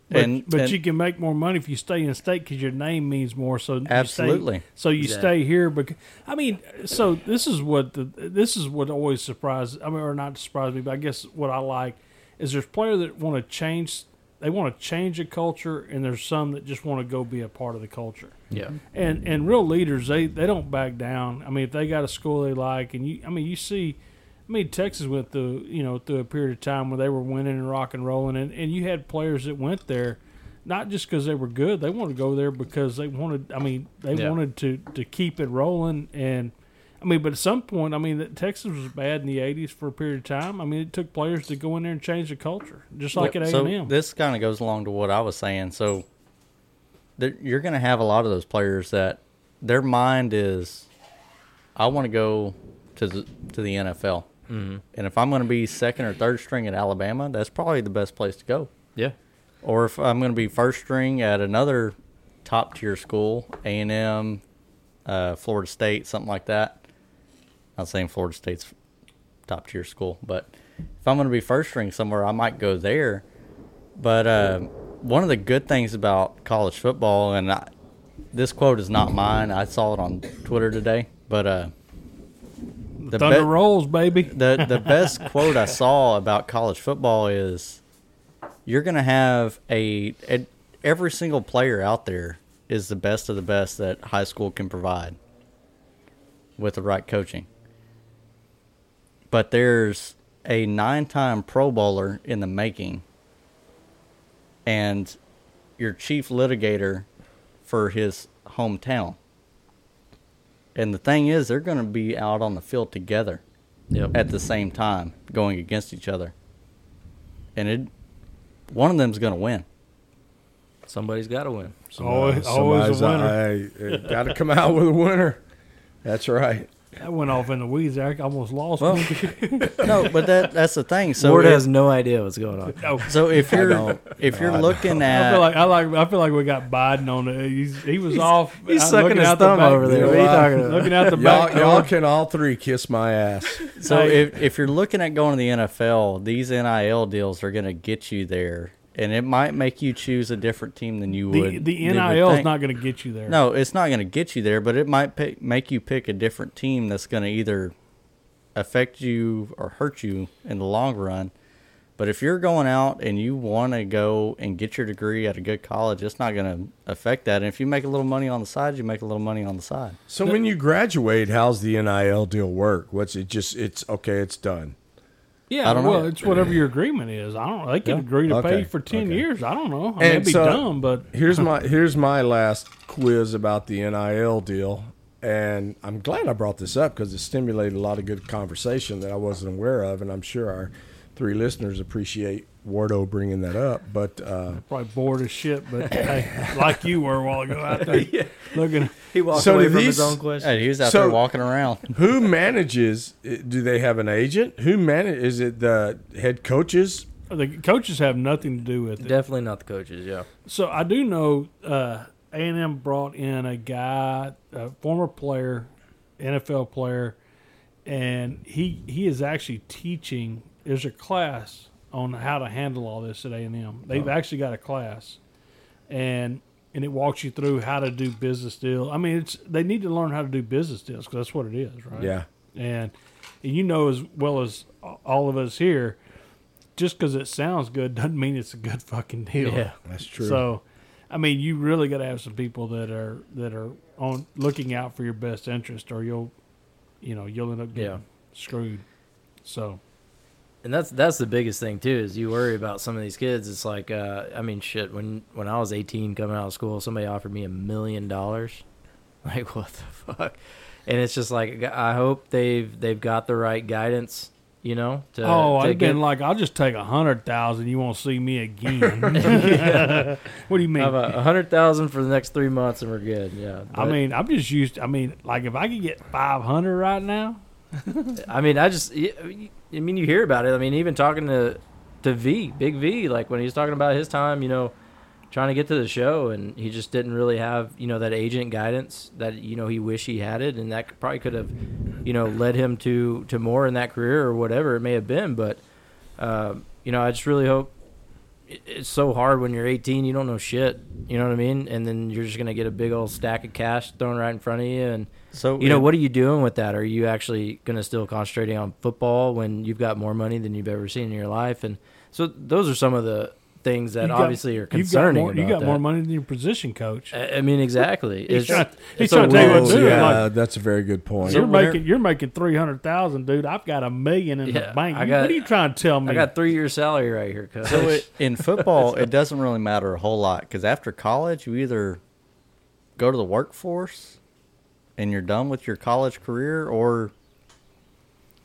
Speaker 2: but
Speaker 3: and
Speaker 2: but
Speaker 3: and-
Speaker 2: you can make more money if you stay in state because your name means more. So you stay-
Speaker 3: Absolutely.
Speaker 2: so you
Speaker 4: Exactly.
Speaker 2: stay here because I mean, so this is what the this is what always surprises. I mean, or not surprised me, but I guess what I like is there's players that want to change. They want to change the culture, and there's some that just want to go be a part of the culture.
Speaker 4: Yeah.
Speaker 2: and and real leaders they they don't back down. I mean, if they got a school they like, and you, I mean, you see, I mean, Texas went through you know through a period of time where they were winning and rock and rolling, and and you had players that went there. Not just because they were good, they wanted to go there because they wanted. I mean, they
Speaker 4: Yeah.
Speaker 2: wanted to to keep it rolling, and I mean, but at some point, I mean, that Texas was bad in the '80s for a period of time. I mean, it took players to go in there and change the culture, just like at A
Speaker 3: so
Speaker 2: and M.
Speaker 3: this kind of goes along to what I was saying. So there, you're going to have a lot of those players that their mind is, I want to go to the to the NFL, mm-hmm. and if I'm going to be second or third string at Alabama, that's probably the best place to go.
Speaker 4: Yeah.
Speaker 3: Or if I'm going to be first string at another top tier school, A and M, uh, Florida State, something like that. Not saying Florida State's top tier school, but if I'm going to be first string somewhere, I might go there. But uh, one of the good things about college football, and I, this quote is not mine, I saw it on Twitter today, but uh, the
Speaker 2: Thunder
Speaker 3: be-
Speaker 2: rolls, baby.
Speaker 3: the the best quote I saw about college football is you're going to have a, a every single player out there is the best of the best that high school can provide with the right coaching. But there's a nine-time pro bowler in the making and your chief litigator for his hometown. And the thing is they're going to be out on the field together
Speaker 4: Yep.
Speaker 3: at the same time going against each other. And it one of them's going to win.
Speaker 4: Somebody's got to win.
Speaker 2: Always, always a winner.
Speaker 1: Got to come out with a winner. That's right.
Speaker 2: That went off in the weeds. there. I almost lost.
Speaker 3: Well,
Speaker 2: me.
Speaker 3: no, but that that's the thing. So
Speaker 4: Ward
Speaker 3: if,
Speaker 4: has no idea what's going on.
Speaker 2: Oh,
Speaker 3: so if you're if you're looking
Speaker 2: I feel
Speaker 3: at
Speaker 2: like I like I feel like we got Biden on it. He's, he was off.
Speaker 4: He's
Speaker 2: out-
Speaker 4: sucking
Speaker 2: looking
Speaker 4: his
Speaker 2: out the
Speaker 4: thumb
Speaker 2: back-
Speaker 4: over there. What are
Speaker 1: Yeah,
Speaker 4: you
Speaker 1: well,
Speaker 4: talking about?
Speaker 2: Looking out the back
Speaker 1: Y'all, y'all
Speaker 2: door.
Speaker 1: can all three kiss my ass.
Speaker 3: so if if you're looking at going to the NFL, these NIL deals are going to get you there, and it might make you choose a different team than you
Speaker 2: The,
Speaker 3: would.
Speaker 2: the
Speaker 3: you would
Speaker 2: NIL is
Speaker 3: think.
Speaker 2: not going to get you there.
Speaker 3: No, it's not going to get you there, but it might pick, make you pick a different team that's going to either affect you or hurt you in the long run. But if you're going out and you want to go and get your degree at a good college, it's not going to affect that. And if you make a little money on the side, you make a little money on the side.
Speaker 1: So when you graduate, how's the NIL deal work? What's it just? It's okay. It's done.
Speaker 2: yeah,
Speaker 3: I don't know.
Speaker 2: well, it's whatever your agreement is. I don't. They could agree to
Speaker 1: Okay,
Speaker 2: pay for ten
Speaker 1: okay.
Speaker 2: years. I don't know. I mean, it'd be
Speaker 1: so-
Speaker 2: dumb, but
Speaker 1: Here's my here's my last quiz about the NIL deal. And I'm glad I brought this up because it stimulated a lot of good conversation that I wasn't aware of, and I'm sure our three listeners appreciate Wardo bringing that up. But uh,
Speaker 2: Probably bored as shit, but hey, like you were a while ago out there looking.
Speaker 4: He walked
Speaker 1: So
Speaker 4: away
Speaker 1: do
Speaker 4: from his
Speaker 1: these-
Speaker 4: own question.
Speaker 3: Hey, he was out
Speaker 1: So-
Speaker 3: there walking around.
Speaker 1: Who manages? eh, Do they have an agent? Who manage? Is it the head coaches?
Speaker 2: The coaches have nothing to do with it.
Speaker 4: Definitely not the coaches. Yeah.
Speaker 2: So I do know uh, A&M brought in a guy, a former player, NFL player, and he he is actually teaching. There's a class on how to handle all this at A&M. They've actually got a class, and and it walks you through how to do business deals. I mean, it's they need to learn how to do business deals because that's what it is, right?
Speaker 1: Yeah,
Speaker 2: and and you know as well as all of us here, just because it sounds good doesn't mean it's a good fucking deal.
Speaker 4: Yeah.
Speaker 1: that's true.
Speaker 2: So, I mean, you really got to have some people that are that are on looking out for your best interest, or you'll, you know, you'll end up getting
Speaker 4: Yeah.
Speaker 2: screwed. So,
Speaker 4: and that's that's the biggest thing too is you worry about some of these kids it's like uh, i mean shit when when i was 18 coming out of school somebody offered me a million dollars like what the fuck and it's just like i hope they've they've got the right guidance you know to,
Speaker 2: oh,
Speaker 4: to
Speaker 2: I've
Speaker 4: get-
Speaker 2: been like, I'll just take a hundred thousand. You won't see me again. what do you mean?
Speaker 4: have a a hundred thousand for the next three months and we're good yeah
Speaker 2: I
Speaker 4: But-
Speaker 2: mean, I'm just used. I mean, like if I could get five hundred right now,
Speaker 4: I mean, I just, I mean, you hear about it. I mean, even talking to to V, Big V, like when he was talking about his time, you know, trying to get to the show, and he just didn't really have, you know, that agent guidance that you know he wish he had it, and that could- probably could have, you know, led him to to more in that career or whatever it may have been. But, um, you know, I just really hope. it- It's so hard when you're 18, you don't know shit. You know what I mean? And then you're just gonna get a big old stack of cash thrown right in front of you, and
Speaker 3: So
Speaker 4: you know
Speaker 3: it-
Speaker 4: what are you doing with that are you actually going to still concentrating on football when you've got more money than you've ever seen in your life and so those are some of the things that
Speaker 2: you got-
Speaker 4: obviously are
Speaker 2: you've got
Speaker 4: concerning
Speaker 2: more- You got more,
Speaker 4: about that.
Speaker 2: money than your position coach.
Speaker 4: I I mean, exactly.
Speaker 2: He's
Speaker 4: It's,
Speaker 2: trying- he's
Speaker 4: it's a
Speaker 2: trying to tell you what
Speaker 4: weird-
Speaker 2: to do.
Speaker 1: yeah,
Speaker 2: like-
Speaker 1: that's a very good point.
Speaker 2: you're
Speaker 3: whenever-
Speaker 2: making you're making three hundred thousand, dude. I've got a million in
Speaker 4: Yeah,
Speaker 2: the bank.
Speaker 4: I
Speaker 2: You-
Speaker 4: got-
Speaker 2: what are you trying to tell me?
Speaker 4: I got three years salary right here. Cause
Speaker 3: So it, in football, it doesn't really matter a whole lot because after college, you either go to the workforce and you're done with your college career, or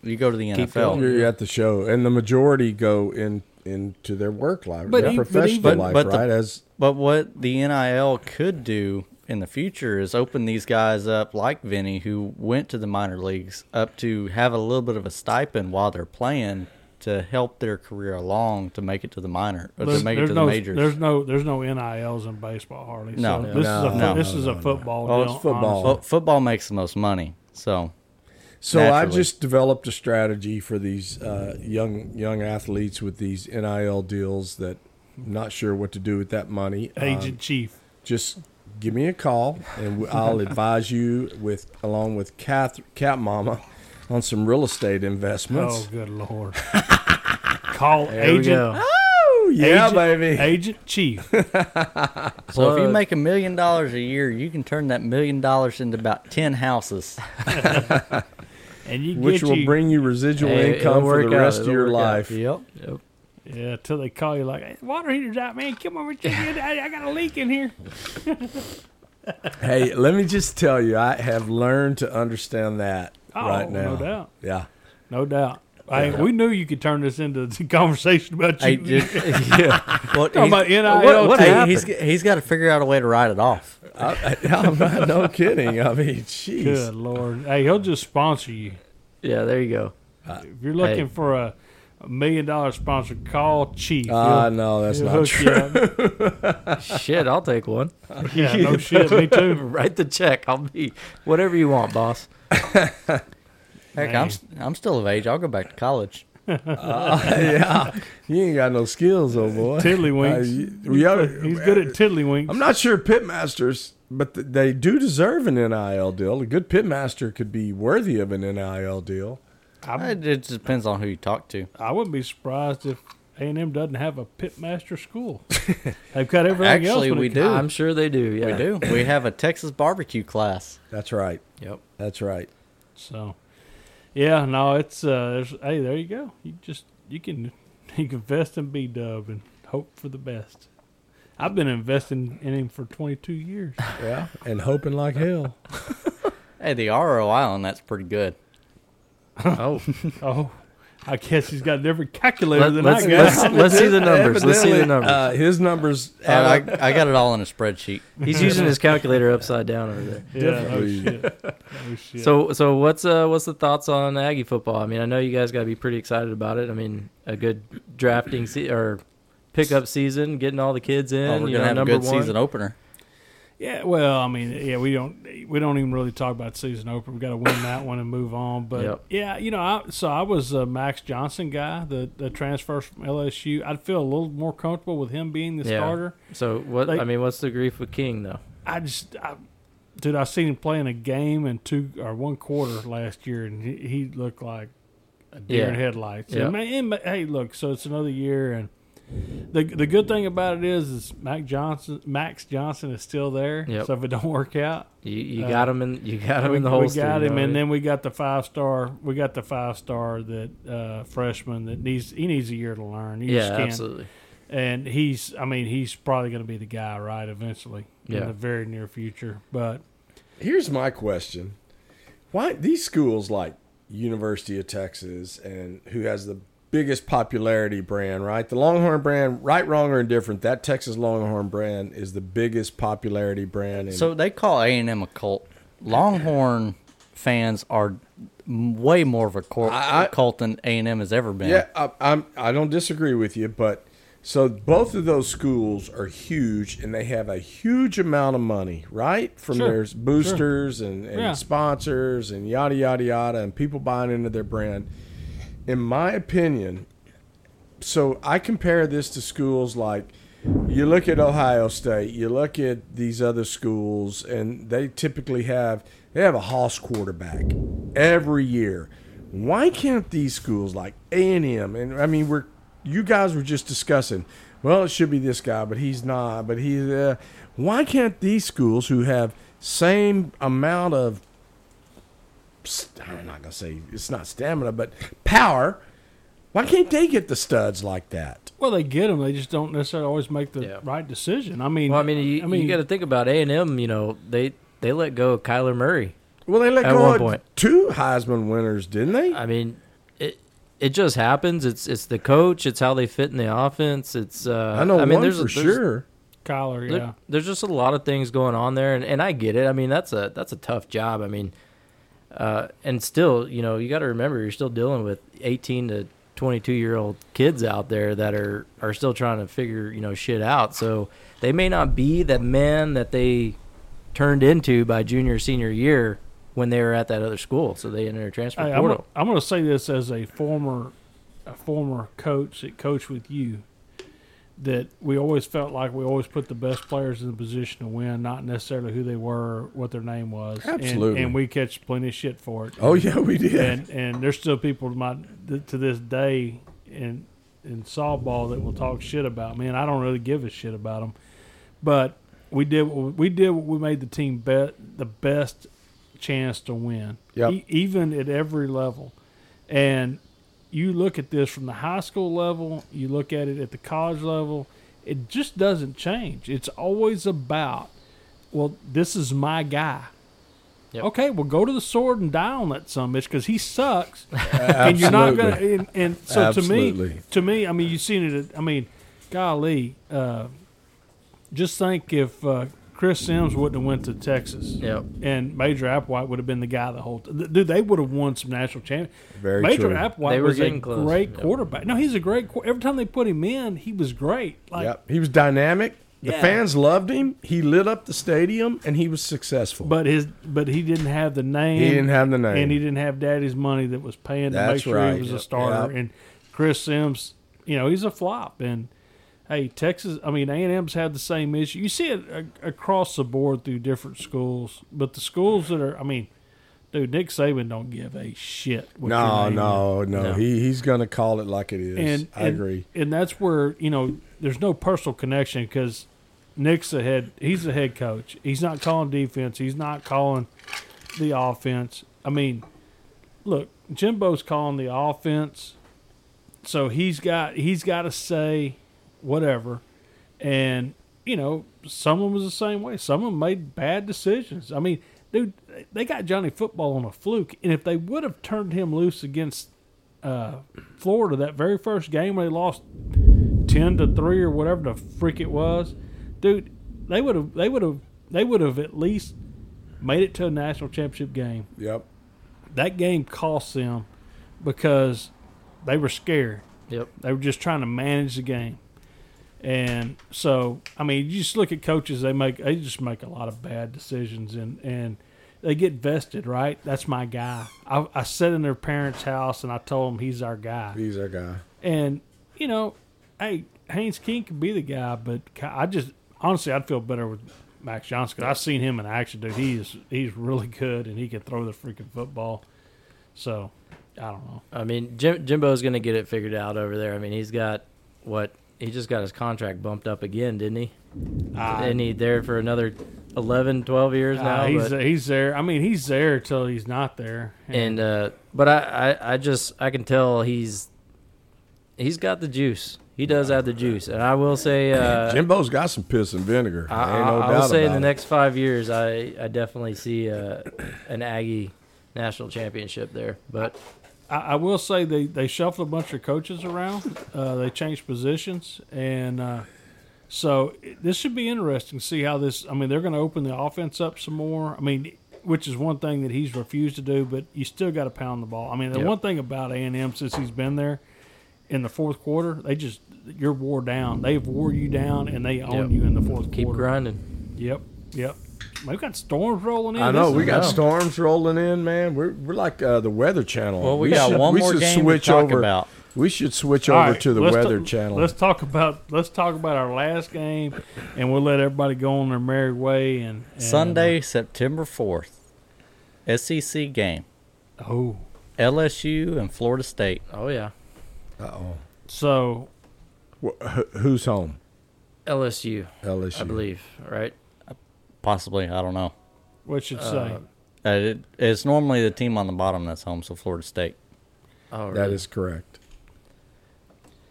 Speaker 3: you go to the NFL.
Speaker 1: You're at the show, and the majority go in into their work life,
Speaker 2: But
Speaker 1: their
Speaker 2: e- but
Speaker 1: professional
Speaker 2: even-
Speaker 1: life,
Speaker 3: But the-
Speaker 1: right? As
Speaker 3: But what the NIL could do in the future is open these guys up, like Vinny, who went to the minor leagues, up to have a little bit of a stipend while they're playing to help their career along to make it to the minor or
Speaker 2: There's-
Speaker 3: to make it
Speaker 2: there's
Speaker 3: to
Speaker 2: no,
Speaker 3: the majors.
Speaker 2: There's no there's no NILs in baseball hardly.
Speaker 3: No.
Speaker 2: so this is a
Speaker 1: No,
Speaker 2: this
Speaker 1: no,
Speaker 2: is
Speaker 1: no,
Speaker 2: a
Speaker 1: no.
Speaker 2: football.
Speaker 3: Oh,
Speaker 2: deal,
Speaker 1: it's football.
Speaker 2: honestly.
Speaker 3: Fo- football makes the most money, so.
Speaker 1: So I
Speaker 3: naturally.
Speaker 1: just developed a strategy for these uh, young young athletes with these NIL deals that I'm not sure what to do with that money. Um,
Speaker 2: Agent chief.
Speaker 1: just give me a call and w- I'll advise you with along with Kath, Cat Mama on some real estate
Speaker 2: Oh,
Speaker 1: investments.
Speaker 2: good lord. Call
Speaker 4: there we
Speaker 2: agent.
Speaker 4: go.
Speaker 1: Oh, yeah,
Speaker 2: agent,
Speaker 1: baby.
Speaker 2: Agent chief.
Speaker 3: So if you
Speaker 4: Plug.
Speaker 3: make a million dollars a year, you can turn that million dollars into about ten houses.
Speaker 2: And you
Speaker 1: Which
Speaker 2: get
Speaker 1: will
Speaker 2: you,
Speaker 1: bring you residual
Speaker 4: Hey, it'll
Speaker 1: income for the
Speaker 4: work out,
Speaker 1: rest of
Speaker 4: it'll
Speaker 1: your
Speaker 4: work out.
Speaker 1: life.
Speaker 3: Yep.
Speaker 4: Yep.
Speaker 2: Yeah, till they call you like hey, water heater's out, man. Come over check it. out. I, I got a leak in here.
Speaker 1: Hey, let me just tell you, I have learned to understand that
Speaker 2: Oh,
Speaker 1: right now.
Speaker 2: no doubt.
Speaker 1: Yeah.
Speaker 2: No doubt. Hey, we knew you could turn this into a conversation about you.
Speaker 3: yeah. Well,
Speaker 2: Talking about
Speaker 3: he's-
Speaker 2: NIL.
Speaker 3: what- what-
Speaker 2: Hey,
Speaker 3: hey, he's he's got to figure out a way to write it off.
Speaker 1: I, am not, no kidding. I mean, jeez.
Speaker 2: Good lord. Hey, he'll just sponsor you.
Speaker 4: Yeah, there you go.
Speaker 2: If you're looking
Speaker 4: Hey.
Speaker 2: for a, a million dollar sponsor, call Chief.
Speaker 1: Ah, no, that's
Speaker 2: He'll
Speaker 1: not
Speaker 2: hook
Speaker 1: true.
Speaker 2: you up.
Speaker 4: Shit, I'll take one.
Speaker 2: Yeah, no shit, me too.
Speaker 4: Write the check. I'll be whatever you want, boss.
Speaker 3: Heck,
Speaker 2: Man.
Speaker 3: I'm st- I'm still of age. I'll go back to college.
Speaker 1: yeah, you ain't got no skills, old boy.
Speaker 2: Tiddlywinks.
Speaker 1: Uh, you- yeah,
Speaker 2: He's good at tiddlywinks.
Speaker 1: I'm not sure pitmasters, but th- they do deserve an NIL deal. A good pitmaster could be worthy of an NIL deal.
Speaker 2: I,
Speaker 3: It, it just depends on who you talk to.
Speaker 2: I wouldn't be surprised if A&M doesn't have a pitmaster school. They've got everything else.
Speaker 3: Actually,
Speaker 2: when it
Speaker 3: we
Speaker 2: comes-
Speaker 3: do.
Speaker 4: I'm sure they do. Yeah.
Speaker 3: We do. We have a Texas barbecue class.
Speaker 1: That's right.
Speaker 4: Yep.
Speaker 1: That's right.
Speaker 2: So, yeah, no, it's uh, there's, hey, there you go. You just you can you can invest in B Dub and hope for the best. I've been investing in him for 22 years.
Speaker 1: Yeah, and hoping like hell.
Speaker 3: Hey, the ROI on that's pretty good.
Speaker 4: Oh,
Speaker 2: Oh, I guess he's got a different calculator
Speaker 4: let,
Speaker 2: than
Speaker 4: let's,
Speaker 2: I got.
Speaker 4: let's, let's see the numbers. Let's see the
Speaker 1: Evidently,
Speaker 4: numbers.
Speaker 1: Uh, his numbers add
Speaker 3: I,
Speaker 1: up
Speaker 3: I got it all in a spreadsheet.
Speaker 4: He's using his calculator upside down over there.
Speaker 2: yeah, oh
Speaker 1: differently.
Speaker 2: shit. Oh shit.
Speaker 4: So, so what's uh, what's the thoughts on Aggie football? I mean, I know you guys got to be pretty excited about it. I mean, a good drafting se- or pickup season, getting all the kids in.
Speaker 3: Oh, we're gonna
Speaker 4: you know,
Speaker 3: have a
Speaker 4: number
Speaker 3: good
Speaker 4: one.
Speaker 3: season opener.
Speaker 2: Yeah, well, I mean, yeah, we don't we don't even really talk about season opener. We got to win that one and move on. But
Speaker 4: Yep.
Speaker 2: yeah, you know, I, so I was a Max Johnson guy, the the transfer from LSU. I'd feel a little more comfortable with him being the
Speaker 4: Yeah.
Speaker 2: starter.
Speaker 4: So, what?
Speaker 2: Like-
Speaker 4: I mean, what's the grief with King though?
Speaker 2: I just, I, dude, I seen him playing a game and two or one quarter last year, and he, he looked like a deer in
Speaker 4: Yeah.
Speaker 2: headlights.
Speaker 4: Yeah.
Speaker 2: And, man, and, but, hey, look, so it's another year, and the the good thing about it is, is Mac Johnson, Max Johnson is still there.
Speaker 4: Yep.
Speaker 2: So if it don't work out,
Speaker 4: You, you
Speaker 2: Uh,
Speaker 4: got him in. You got him
Speaker 2: we,
Speaker 4: in the whole.
Speaker 2: we got him, and then we got the five star. We got the five star that uh, freshman that needs he needs a year to learn. You
Speaker 4: yeah,
Speaker 2: just can't-
Speaker 4: absolutely.
Speaker 2: and he's I mean he's probably going to be the guy right eventually in
Speaker 4: Yeah.
Speaker 2: the very near future. But
Speaker 1: Here's my question: Why these schools like University of Texas and who has the biggest popularity brand, right? The Longhorn brand, right, wrong, or indifferent. That Texas Longhorn brand is the biggest popularity brand. In,
Speaker 3: So they call A and M a cult. Longhorn fans are m- way more of a cult,
Speaker 1: I- I-
Speaker 3: cult than A and M has ever been.
Speaker 1: yeah, I, I'm. I don't disagree with you, but so both of those schools are huge, and they have a huge amount of money, right, from
Speaker 2: Sure,
Speaker 1: their boosters and, and
Speaker 2: Yeah.
Speaker 1: sponsors and yada yada yada, and people buying into their brand. In my opinion, so I compare this to schools like you look at Ohio State, you look at these other schools, and they typically have they have a Hoss quarterback every year. Why can't these schools like A and M and I mean we're you guys were just discussing. Well, it should be this guy, but he's not. But he's uh, why can't these schools who have same amount of st- I'm not gonna say it's not stamina, but power. Why can't they get the studs like that?
Speaker 2: well, they get him. They just don't necessarily always make the
Speaker 4: Yeah.
Speaker 2: right decision. I mean,
Speaker 4: Well, I mean, you,
Speaker 2: I mean,
Speaker 4: you got to think about A and M. You know, they they let go of Kyler Murray.
Speaker 1: Well, they let
Speaker 4: At
Speaker 1: go
Speaker 4: one
Speaker 1: of
Speaker 4: point.
Speaker 1: two Heisman winners, didn't they?
Speaker 4: I mean, it it just happens. It's it's the coach. It's how they fit in the offense. It's uh,
Speaker 1: I know
Speaker 4: I mean,
Speaker 1: one
Speaker 4: there's,
Speaker 1: for
Speaker 4: there's-
Speaker 1: sure.
Speaker 2: Kyler.
Speaker 4: there-
Speaker 2: Yeah,
Speaker 4: there's just a lot of things going on there, and, and I get it. I mean, that's a that's a tough job. I mean, uh, and still, you know, you got to remember you're still dealing with 18 to 22 year old kids out there that are are still trying to figure you know shit out. So they may not be the men that they turned into by junior senior year when they were at that other school. So they enter a transfer
Speaker 2: Hey, I'm,
Speaker 4: portal.
Speaker 2: gonna- I'm going to say this as a former, a former coach that coached with you, that we always felt like we always put the best players in the position to win, not necessarily who they were, or what their name was. And-
Speaker 1: Absolutely.
Speaker 2: and, we catch plenty of shit for it.
Speaker 1: Oh yeah, we did.
Speaker 2: and and there's still people to my to this day in in softball that will talk shit about me, and I don't really give a shit about them. But we did what we- we did what we made the team bet the best chance to win,
Speaker 1: Yep.
Speaker 2: e- even at every level. And you look at this from the high school level, you look at it at the college level, it just doesn't change. It's always about, well, this is my guy.
Speaker 4: Yep.
Speaker 2: Okay, well, go to the sword and die on that some bitch because he sucks, and you're not gonna. And, and so to
Speaker 1: Absolutely.
Speaker 2: me, to me, I mean, you've seen it. at- I mean, golly, uh, just think if uh, Chris Sims wouldn't have went to Texas,
Speaker 4: Yep.
Speaker 2: and Major Applewhite would have been the guy the whole time. Dude, they would have won some national champions.
Speaker 1: Very
Speaker 2: Major
Speaker 1: true.
Speaker 2: Applewhite
Speaker 4: They were
Speaker 2: was a
Speaker 4: getting close.
Speaker 2: great
Speaker 4: Yep.
Speaker 2: quarterback. No, he's a great. quar- Every time they put him in, he was great. Like
Speaker 1: yep, he was dynamic. The
Speaker 2: Yeah.
Speaker 1: fans loved him. He lit up the stadium, and he was successful.
Speaker 2: But his but he didn't have the name.
Speaker 1: He didn't have the name.
Speaker 2: and he didn't have daddy's money that was paying to make
Speaker 1: That's
Speaker 2: sure he
Speaker 1: right.
Speaker 2: was a
Speaker 1: Yep.
Speaker 2: starter.
Speaker 1: Yep.
Speaker 2: And Chris Sims, you know, he's a flop. And hey, Texas, I mean, A and M's had the same issue. You see it a- across the board through different schools, but the schools that are, I mean, dude, Nick Saban don't give a shit. what your
Speaker 1: no,
Speaker 2: name is.
Speaker 1: no, no,
Speaker 4: No.
Speaker 1: He he's gonna call it like it is.
Speaker 2: And
Speaker 1: I
Speaker 2: and-
Speaker 1: agree.
Speaker 2: And that's where you know there's no personal connection because Nick's a head. He's the head coach. He's not calling defense. He's not calling the offense. I mean, look, Jimbo's calling the offense, so he's got he's got to say whatever, and you know some of them was the same way. Some of them made bad decisions. I mean, dude, they got Johnny Football on a fluke, and if they would have turned him loose against uh, Florida that very first game where they lost ten to three or whatever the freak it was, dude, they would have they would have they would have at least made it to a national championship game.
Speaker 1: Yep.
Speaker 2: That game cost them because they were scared.
Speaker 4: Yep.
Speaker 2: They were just trying to manage the game. And so, I mean, you just look at coaches; they make they just make a lot of bad decisions, and and they get vested, right? That's my guy. I, I sat in their parents' house and I told them he's our guy.
Speaker 1: He's our guy.
Speaker 2: And you know, hey, Haynes King could be the guy, but ca- I just honestly, I'd feel better with Max Johnson because I've seen him in action, dude. He is he's really good, and he can throw the freaking football. So I don't know.
Speaker 4: I mean, Jim, Jimbo's going to get it figured out over there. I mean, he's got what he just got his contract bumped up again, didn't he?
Speaker 1: Uh,
Speaker 2: I-
Speaker 4: and he there for another 11, 12 years
Speaker 2: Uh,
Speaker 4: now.
Speaker 2: he's
Speaker 4: but,
Speaker 2: he's there. I mean, he's there till he's not there.
Speaker 4: and uh, but I, I, I just I can tell he's he's got the juice. He does have the juice, and I will say, uh,
Speaker 1: Jimbo's got some piss and vinegar.
Speaker 4: I,
Speaker 1: Ain't no
Speaker 4: I, I
Speaker 1: doubt
Speaker 4: will say in
Speaker 1: about
Speaker 4: the
Speaker 1: it.
Speaker 4: next five years, I, I definitely see uh, an Aggie national championship there. But
Speaker 2: I, I will say they they shuffled a bunch of coaches around. Uh, they changed positions, and uh, so it- this should be interesting to see how this. I mean, they're going to open the offense up some more. I mean, which is one thing that he's refused to do, but you still got to pound the ball. I mean, the
Speaker 4: Yep.
Speaker 2: one thing about A and M since he's been there in the fourth quarter, they just you're wore down. They've wore you down, and they own
Speaker 4: Yep.
Speaker 2: you in the fourth
Speaker 4: keep
Speaker 2: quarter.
Speaker 4: grinding.
Speaker 2: Yep, yep. We've got storms rolling in.
Speaker 1: I know
Speaker 2: This
Speaker 1: we
Speaker 2: is-
Speaker 1: got
Speaker 4: no.
Speaker 1: storms rolling in, man. We're we're like uh, the Weather Channel.
Speaker 3: Well, we got
Speaker 1: should,
Speaker 3: one
Speaker 1: we
Speaker 3: more
Speaker 1: should
Speaker 3: game to
Speaker 1: switch
Speaker 3: talk
Speaker 1: over.
Speaker 3: about.
Speaker 1: We should switch
Speaker 2: All
Speaker 1: over
Speaker 2: right,
Speaker 1: to the
Speaker 2: let's
Speaker 1: Weather
Speaker 2: ta-
Speaker 1: Channel.
Speaker 2: Let's talk about let's talk about our last game, and we'll let everybody go on their merry way. And, uh, and,
Speaker 3: Sunday, September 4th, SEC game.
Speaker 2: uh, oh,
Speaker 3: LSU and Florida State.
Speaker 4: Oh yeah,
Speaker 1: Uh-oh.
Speaker 2: so
Speaker 1: Wh- wh- who's home?
Speaker 4: LSU,
Speaker 1: LSU.
Speaker 4: I believe, right?
Speaker 3: Possibly, I don't know.
Speaker 2: what should say?
Speaker 4: Uh,
Speaker 3: Uh, it, it's normally the team on the bottom that's home, so Florida State.
Speaker 4: Oh,
Speaker 1: That
Speaker 4: really?
Speaker 1: is correct.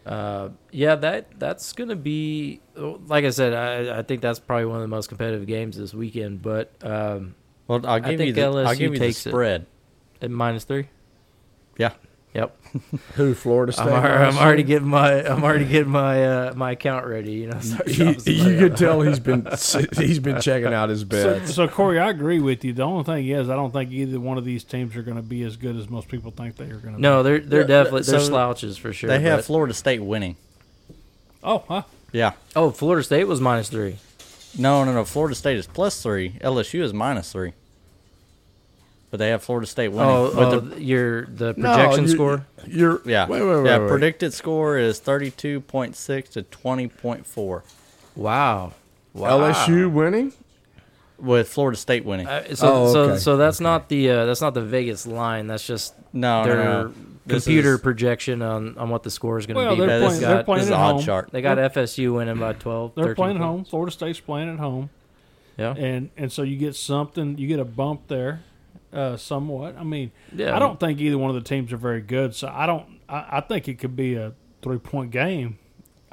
Speaker 4: Uh, yeah, that that's gonna be like I said. I, I think that's probably one of the most competitive games this weekend. But um,
Speaker 3: Well, I'll
Speaker 4: I
Speaker 3: give you
Speaker 4: think
Speaker 3: the, I'll
Speaker 4: LSU
Speaker 3: give you the
Speaker 4: takes it.
Speaker 3: spread.
Speaker 4: at minus three.
Speaker 3: Yeah.
Speaker 4: Yep,
Speaker 1: Who? Florida State.
Speaker 4: I'm, alre- I'm
Speaker 1: LSU?
Speaker 4: already getting my I'm already getting my uh, my account ready. You know, start
Speaker 1: He-
Speaker 4: dropping
Speaker 1: he-
Speaker 4: somebody
Speaker 1: you
Speaker 4: out.
Speaker 1: could tell he's been he's been checking out his
Speaker 2: So,
Speaker 1: bets.
Speaker 2: so Corey, I agree with you. The only thing is, I don't think either one of these teams are going to be as good as most people think they are going to.
Speaker 4: No, they're they're
Speaker 3: Yeah,
Speaker 4: definitely they're
Speaker 3: so
Speaker 4: slouches for sure.
Speaker 3: They have
Speaker 4: but-
Speaker 3: Florida State winning.
Speaker 2: be. Oh, huh?
Speaker 3: Yeah.
Speaker 4: oh, Florida State was minus three.
Speaker 3: No, no, no. Florida State is plus three. LSU is minus three. But they have Florida State winning.
Speaker 4: Oh,
Speaker 3: But
Speaker 4: oh,
Speaker 3: the-
Speaker 4: your the projection score.
Speaker 1: You're
Speaker 3: yeah.
Speaker 1: oh. Wait, wait, wait.
Speaker 3: yeah.
Speaker 1: wait.
Speaker 3: Predicted score is 32.6 to 20.4
Speaker 4: Wow. Wow.
Speaker 1: LSU winning.
Speaker 3: with Florida State winning.
Speaker 4: Uh, so,
Speaker 1: Oh, okay.
Speaker 4: so so that's not the uh, that's not the Vegas line. That's just
Speaker 3: no,
Speaker 4: their
Speaker 3: no, no. This
Speaker 4: computer
Speaker 3: is-
Speaker 4: projection on, on what the score is going to
Speaker 2: Well,
Speaker 4: be.
Speaker 2: they're
Speaker 3: yeah,
Speaker 4: but
Speaker 2: playing-
Speaker 3: this, is-
Speaker 2: they're
Speaker 3: this
Speaker 2: playing
Speaker 3: is
Speaker 2: at
Speaker 3: an odd
Speaker 2: home.
Speaker 3: chart.
Speaker 4: They got FSU winning by 12.
Speaker 2: They're
Speaker 4: 13
Speaker 2: playing at home.
Speaker 4: points.
Speaker 2: Florida State's playing at home,
Speaker 4: Yeah.
Speaker 2: and and so you get something. You get a bump there, uh, somewhat. I mean,
Speaker 4: Yeah.
Speaker 2: I don't think either one of the teams are very good, so I don't. I, I think it could be a three point game.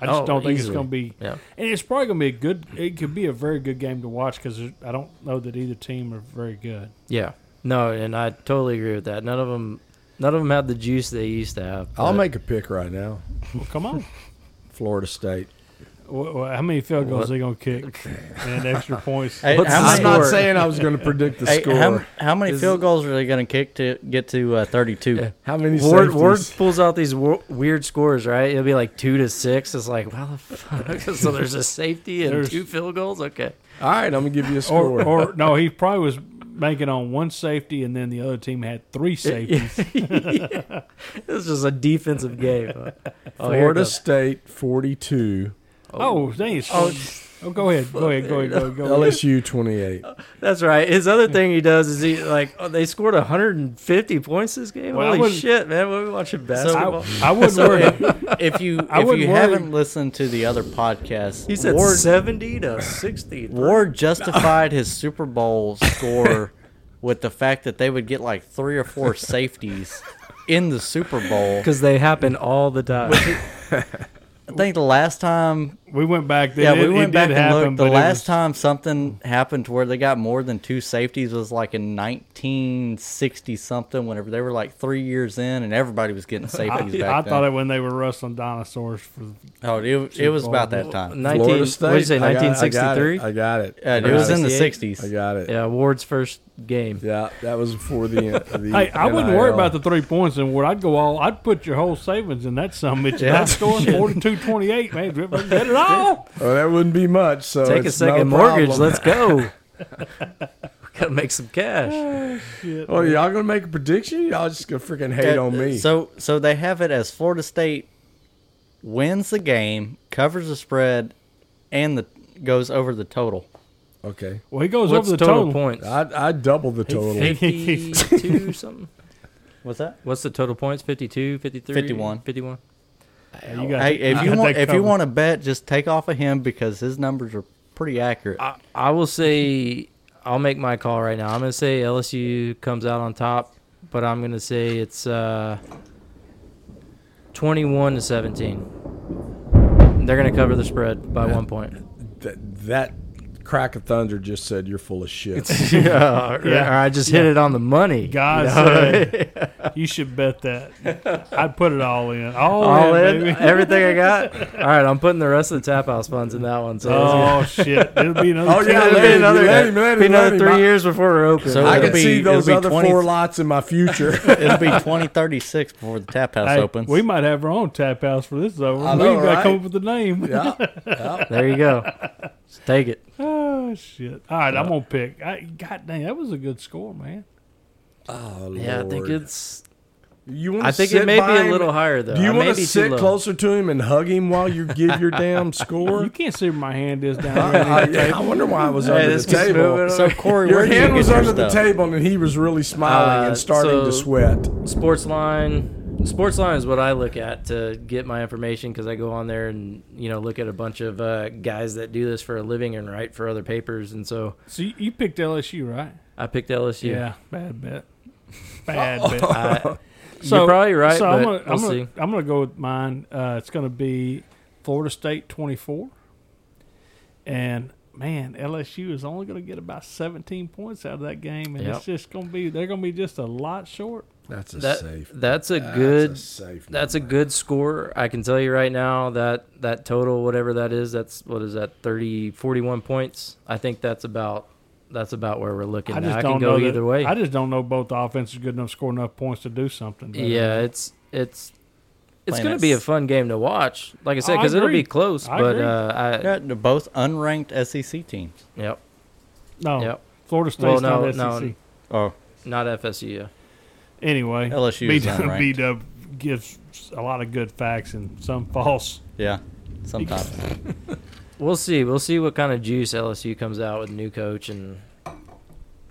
Speaker 2: I just
Speaker 4: Oh,
Speaker 2: don't think it's
Speaker 4: easily.
Speaker 2: going to be,
Speaker 4: Yeah.
Speaker 2: and it's probably going to be a good. It could be a very good game to watch because I don't know that either team are very good.
Speaker 4: Yeah. No, and I totally agree with that. None of them none of them have the juice they used to have.
Speaker 1: I'll
Speaker 4: but-
Speaker 1: make a pick right now.
Speaker 2: Well, come on,
Speaker 1: Florida State.
Speaker 2: Wha- wha- how many field goals they going to kick and extra points?
Speaker 3: Hey,
Speaker 4: What's
Speaker 3: how
Speaker 4: the
Speaker 3: many-
Speaker 1: I'm not
Speaker 4: score?
Speaker 1: saying I was going to predict the
Speaker 3: Hey,
Speaker 1: score.
Speaker 3: How, how many
Speaker 4: Is-
Speaker 3: field goals are they going to kick to get to uh, 32?
Speaker 1: How many
Speaker 4: Ward,
Speaker 1: safeties?
Speaker 4: Ward pulls out these w- weird scores, right? It'll be like two to six. It's like, wow, the fuck. so there's a safety and
Speaker 2: There's-
Speaker 4: two field goals. Okay,
Speaker 1: All right, I'm gonna give you a
Speaker 2: Or,
Speaker 1: score.
Speaker 2: or no, he probably was banking on one safety, and then the other team had three safeties.
Speaker 4: this is a defensive game. Oh, here it
Speaker 1: Florida
Speaker 4: goes.
Speaker 1: State 42,
Speaker 2: Oh, dang! Oh, oh, go ahead, go ahead, go ahead, go ahead. Go ahead.
Speaker 1: LSU 28.
Speaker 4: That's right. His other thing he does is he like oh, they scored 150 points this game.
Speaker 2: Well, I
Speaker 4: Holy
Speaker 2: wouldn't-
Speaker 4: shit, man! What are we watching basketball?
Speaker 2: I, I wouldn't worry.
Speaker 3: If you
Speaker 2: I
Speaker 3: if
Speaker 2: wouldn't
Speaker 3: you
Speaker 2: worry.
Speaker 3: haven't listened to the other podcast,
Speaker 4: he said
Speaker 3: Ward,
Speaker 4: 70 to 60.
Speaker 3: Ward justified his Super Bowl score with the fact that they would get like three or four safeties in the Super Bowl.
Speaker 4: because they happen all the time.
Speaker 3: I think the last time
Speaker 2: we went back.
Speaker 3: Yeah,
Speaker 2: it,
Speaker 3: we went
Speaker 2: it
Speaker 3: back
Speaker 2: did
Speaker 3: and
Speaker 2: happen,
Speaker 3: looked. The
Speaker 2: but it
Speaker 3: last
Speaker 2: was-
Speaker 3: time something happened to where they got more than two safeties was like in 1960 something. Whenever they were like three years in, and everybody was getting safeties back
Speaker 2: I, I
Speaker 3: then.
Speaker 2: thought it when they were wrestling dinosaurs for
Speaker 3: oh, it, it was about that time.
Speaker 4: 19,
Speaker 1: Florida State.
Speaker 4: what did you say,
Speaker 1: I got- I got it.
Speaker 4: 1963?
Speaker 1: I got it.
Speaker 3: Uh, it was in the
Speaker 4: 68?
Speaker 3: 60s.
Speaker 1: I got it.
Speaker 4: Yeah, Ward's first game.
Speaker 1: Yeah, that was before the. uh, the
Speaker 2: Hey, I wouldn't worry
Speaker 1: NIL.
Speaker 2: about the three points in Ward. I'd go all. I'd put your whole savings in that sum. It's yeah. scoring forty-two twenty-eight, man. Get it all.
Speaker 1: Well, Oh, that wouldn't be much. So
Speaker 4: Take a
Speaker 1: it's not
Speaker 4: second mortgage.
Speaker 1: problem.
Speaker 4: Let's go. we gotta make some cash.
Speaker 1: Oh, y'all gonna make a prediction? Y'all just gonna freaking hate
Speaker 3: Uh,
Speaker 1: on me?
Speaker 3: So so they have it as Florida State wins the game, covers the spread, and the goes over the total.
Speaker 1: okay,
Speaker 2: Well, he goes
Speaker 4: What's
Speaker 2: over the
Speaker 4: total,
Speaker 2: total.
Speaker 4: points?
Speaker 1: I I double the total.
Speaker 4: Fifty-two something.
Speaker 3: What's that?
Speaker 4: What's the total points? 52, 53?
Speaker 3: 51.
Speaker 4: 51.
Speaker 2: You got-
Speaker 3: Hey, if
Speaker 2: I
Speaker 3: you
Speaker 2: got
Speaker 3: want
Speaker 2: that
Speaker 3: if you
Speaker 2: covered.
Speaker 3: want to bet, just take off of him because his numbers are pretty accurate.
Speaker 4: I, I will say, I'll make my call right now. I'm going to say LSU comes out on top, but I'm going to say it's uh, 21 to 17. They're going to cover the spread by one point.
Speaker 1: That, that crack of thunder just said you're full of shit. Uh,
Speaker 4: yeah, or,
Speaker 2: Yeah.
Speaker 4: or I just hit it on the money.
Speaker 2: God said uh, you should bet that. I'd put it all in. All,
Speaker 4: All
Speaker 2: in,
Speaker 4: in,
Speaker 2: baby.
Speaker 4: everything I got. All right, I'm putting the rest of the tap house funds in that one. So it's gonna-
Speaker 2: Oh shit! It'll be another.
Speaker 1: Oh, yeah,
Speaker 2: two.
Speaker 4: it'll be
Speaker 1: let him,
Speaker 4: another,
Speaker 1: let him, let him,
Speaker 4: be another
Speaker 1: let him.
Speaker 4: three
Speaker 1: I-
Speaker 4: years before we're open.
Speaker 3: So
Speaker 1: I
Speaker 3: it'll
Speaker 1: can
Speaker 3: be-
Speaker 1: see those
Speaker 3: it'll be
Speaker 1: other
Speaker 3: 20
Speaker 1: four lots in my future.
Speaker 3: It'll be twenty thirty six before the tap house
Speaker 2: Hey,
Speaker 3: opens.
Speaker 2: we might have our own tap house for this is over.
Speaker 1: I know,
Speaker 2: we gotta come
Speaker 1: right?
Speaker 2: up with a name.
Speaker 1: yeah,
Speaker 4: there you go. Just take it.
Speaker 2: Oh shit! All right, I'm gonna pick. I, God dang, that was a good score, man.
Speaker 1: oh,
Speaker 4: Yeah, I think
Speaker 1: Lord.
Speaker 4: it's.
Speaker 1: You want?
Speaker 4: I think it may be a little higher though.
Speaker 1: Do you
Speaker 4: I may
Speaker 1: want to
Speaker 4: be too
Speaker 1: sit
Speaker 4: low.
Speaker 1: closer to him and hug him while you give your damn
Speaker 2: You
Speaker 1: score?
Speaker 2: can't see where my hand is down there.
Speaker 1: I, I- I wonder why I was under
Speaker 3: this
Speaker 1: the
Speaker 3: keeps
Speaker 1: table.
Speaker 3: so Corey,
Speaker 1: Your
Speaker 3: where do you
Speaker 1: hand
Speaker 3: get
Speaker 1: was
Speaker 3: your
Speaker 1: under the
Speaker 3: stuff?
Speaker 1: table, and he was really smiling
Speaker 4: Uh,
Speaker 1: and starting
Speaker 4: so-
Speaker 1: to sweat.
Speaker 4: Sports line. Sports line is what I look at to get my information because I go on there and you know look at a bunch of uh, guys that do this for a living and write for other papers, and so
Speaker 2: So you, you picked LSU, right?
Speaker 4: I picked LSU.
Speaker 2: bad bet. Bad bet.
Speaker 4: I, you're probably right,
Speaker 2: So
Speaker 4: but
Speaker 2: I'm gonna,
Speaker 4: we'll
Speaker 2: I'm gonna,
Speaker 4: see.
Speaker 2: I'm gonna go with mine. Uh, it's gonna be Florida State 24, and man, LSU is only gonna get about 17 points out of that game, and
Speaker 4: Yep.
Speaker 2: it's just gonna be they're gonna be just a lot short.
Speaker 1: That's a
Speaker 4: that,
Speaker 1: safe.
Speaker 4: that's a
Speaker 1: that's
Speaker 4: good
Speaker 1: a safe.
Speaker 4: That's a good score. I can tell you right now that that total, whatever that is, that's what is that 30, 41 points. I think that's about that's about where we're looking.
Speaker 2: I
Speaker 4: I,
Speaker 2: just
Speaker 4: I
Speaker 2: don't
Speaker 4: can go
Speaker 2: know that-
Speaker 4: either way.
Speaker 2: I just don't know both the offenses good enough to score enough points to do something. but, uh,
Speaker 4: yeah, it's it's it's
Speaker 3: Playing
Speaker 4: going
Speaker 3: that
Speaker 4: to be a
Speaker 3: s-
Speaker 4: fun game to watch. Like I said,
Speaker 2: I
Speaker 4: because it'll be
Speaker 2: agree.
Speaker 4: close.
Speaker 2: I
Speaker 4: but
Speaker 2: agree.
Speaker 4: uh, I
Speaker 3: Yeah, they're both unranked SEC teams.
Speaker 4: yep,
Speaker 2: no,
Speaker 4: yep,
Speaker 2: Florida State's
Speaker 4: Well, no,
Speaker 2: not E
Speaker 4: no.
Speaker 2: SEC.
Speaker 3: Oh,
Speaker 4: not FSU. yeah.
Speaker 2: Anyway,
Speaker 3: LSU
Speaker 2: B
Speaker 3: is
Speaker 2: Dub
Speaker 3: unranked.
Speaker 2: B Dub gives a lot of good facts and some false.
Speaker 3: yeah. Sometimes
Speaker 4: We'll see. We'll see what kind of juice LSU comes out with new coach and.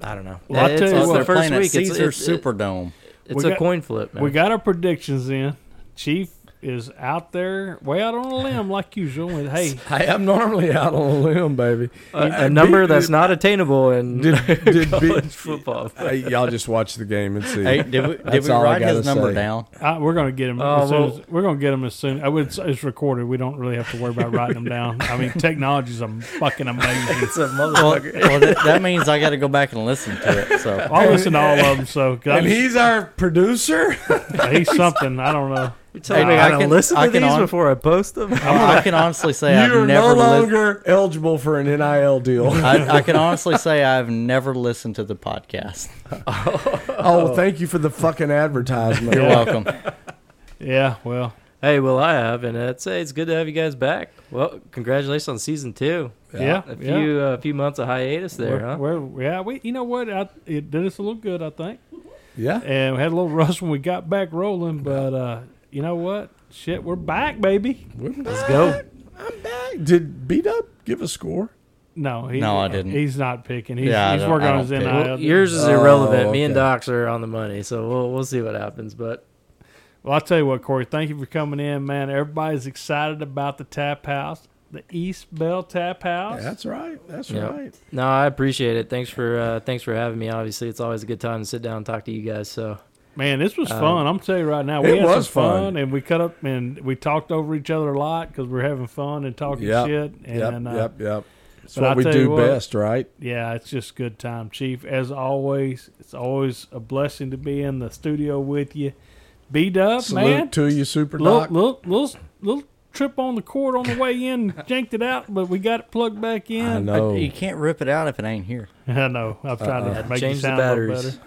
Speaker 4: I don't know.
Speaker 2: Well, I
Speaker 4: it's
Speaker 2: tell you what,
Speaker 4: it's the
Speaker 3: they're
Speaker 4: first
Speaker 3: playing at
Speaker 4: week. It's,
Speaker 3: Caesar
Speaker 4: it's, it's,
Speaker 3: Superdome.
Speaker 2: We
Speaker 4: a
Speaker 2: got-
Speaker 4: coin flip, man.
Speaker 2: We got our predictions in. Chief is out there, way out on a limb like usual. And hey,
Speaker 1: I am normally out on a limb, baby.
Speaker 4: a, a number that's not attainable and
Speaker 1: Did, did
Speaker 4: college
Speaker 1: B,
Speaker 4: football.
Speaker 1: hey, y'all just watch the game and see.
Speaker 3: Hey, did we, did
Speaker 1: That's
Speaker 3: we
Speaker 1: all I
Speaker 3: write his
Speaker 1: gotta
Speaker 3: number
Speaker 1: say.
Speaker 3: down?
Speaker 2: I, we're gonna get him.
Speaker 4: Oh,
Speaker 2: as soon
Speaker 4: well-
Speaker 2: as, we're gonna get him as soon. I would. It's recorded. We don't really have to worry about writing them down. I mean, technology's a fucking amazing.
Speaker 4: It's a
Speaker 3: Well,
Speaker 4: motherfucker.
Speaker 3: well that, that means I got to go back and listen to it. So
Speaker 2: I'll listen to all of them. So 'cause
Speaker 1: and he's our producer.
Speaker 2: I'm- he's something. I don't know.
Speaker 4: You telling
Speaker 3: Hey,
Speaker 4: me
Speaker 3: I
Speaker 4: I, can
Speaker 3: can-
Speaker 4: listen
Speaker 3: I
Speaker 4: to
Speaker 3: can
Speaker 4: these
Speaker 3: on-
Speaker 4: before I post them?
Speaker 3: I can honestly say
Speaker 1: You're no
Speaker 3: I've never listened.
Speaker 1: longer eligible for an NIL deal.
Speaker 3: I, I can honestly say I've never listened to the podcast.
Speaker 1: oh, thank you for the fucking advertisement.
Speaker 3: You're welcome.
Speaker 2: Yeah. Well,
Speaker 4: hey, well, I have, and I'd say it's good to have you guys back. Well, congratulations on season two.
Speaker 2: yeah. yeah.
Speaker 4: A few uh, few months of hiatus there,
Speaker 2: We're-
Speaker 4: huh?
Speaker 2: we're- yeah. We. You know what? I, it did us a little good. I think.
Speaker 1: Yeah.
Speaker 2: and we had a little rust when we got back rolling. But uh, you know what? Shit, we're back, baby.
Speaker 1: Let's
Speaker 4: go.
Speaker 1: I'm back. Did beat up give a score?
Speaker 2: No, he,
Speaker 3: No, I didn't.
Speaker 2: He's not picking. He's,
Speaker 3: Yeah, I
Speaker 2: he's
Speaker 3: don't-
Speaker 2: working
Speaker 3: I
Speaker 2: on
Speaker 3: don't
Speaker 2: his
Speaker 3: pick.
Speaker 2: nil.
Speaker 4: Well, yours is
Speaker 1: Oh,
Speaker 4: irrelevant. Me and
Speaker 1: okay.
Speaker 4: Docs are on the money, so we'll we'll see what happens. But
Speaker 2: Well, I'll tell you what, Corey. Thank you for coming in, man. Everybody's excited about the tap house, the East Bell Tap House.
Speaker 1: That's right. That's
Speaker 4: Yeah.
Speaker 1: right.
Speaker 4: no, I appreciate it. Thanks for uh, thanks for having me. Obviously, it's always a good time to sit down and talk to you guys. So
Speaker 2: Man, this was fun. I'm telling you right now, we
Speaker 1: it
Speaker 2: had
Speaker 1: was
Speaker 2: some fun,
Speaker 1: fun.
Speaker 2: and we cut up and we talked over each other a lot because we're having fun and talking
Speaker 1: Yep,
Speaker 2: shit. And
Speaker 1: yep,
Speaker 2: uh,
Speaker 1: yep, yep. It's
Speaker 2: but I
Speaker 1: what we
Speaker 2: tell you
Speaker 1: do
Speaker 2: what-
Speaker 1: best, right?
Speaker 2: yeah, it's just good time, Chief. As always, it's always a blessing to be in the studio with you. Beat up,
Speaker 1: Salute
Speaker 2: man.
Speaker 1: to you, Super
Speaker 2: Little,
Speaker 1: Doc.
Speaker 2: little, little, little trip on the cord on the way in, janked it out, but we got it plugged back in.
Speaker 1: I
Speaker 3: I-
Speaker 1: know.
Speaker 3: you can't rip it out if it ain't here.
Speaker 2: I know. I've tried
Speaker 4: Yeah,
Speaker 2: to make you
Speaker 4: change the
Speaker 2: sound a little
Speaker 4: batteries.
Speaker 2: better.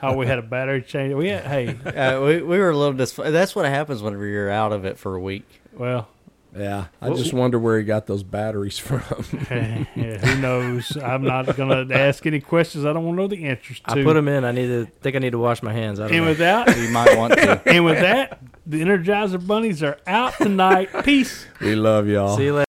Speaker 2: How we had a battery change. We had, hey,
Speaker 3: Uh, we, we were a little dis. That's what happens whenever you're out of it for a week.
Speaker 2: well,
Speaker 1: yeah, I just wonder where he got those batteries from.
Speaker 2: eh, yeah, who knows? I'm not going to ask any questions. I don't want to know the answers to.
Speaker 4: I put them in. I need to think. I need to wash my hands. I don't
Speaker 2: and
Speaker 4: know.
Speaker 2: with that,
Speaker 3: You might want to.
Speaker 2: and with that, the Energizer Bunnies are out tonight. Peace.
Speaker 1: we love y'all.
Speaker 4: See you later.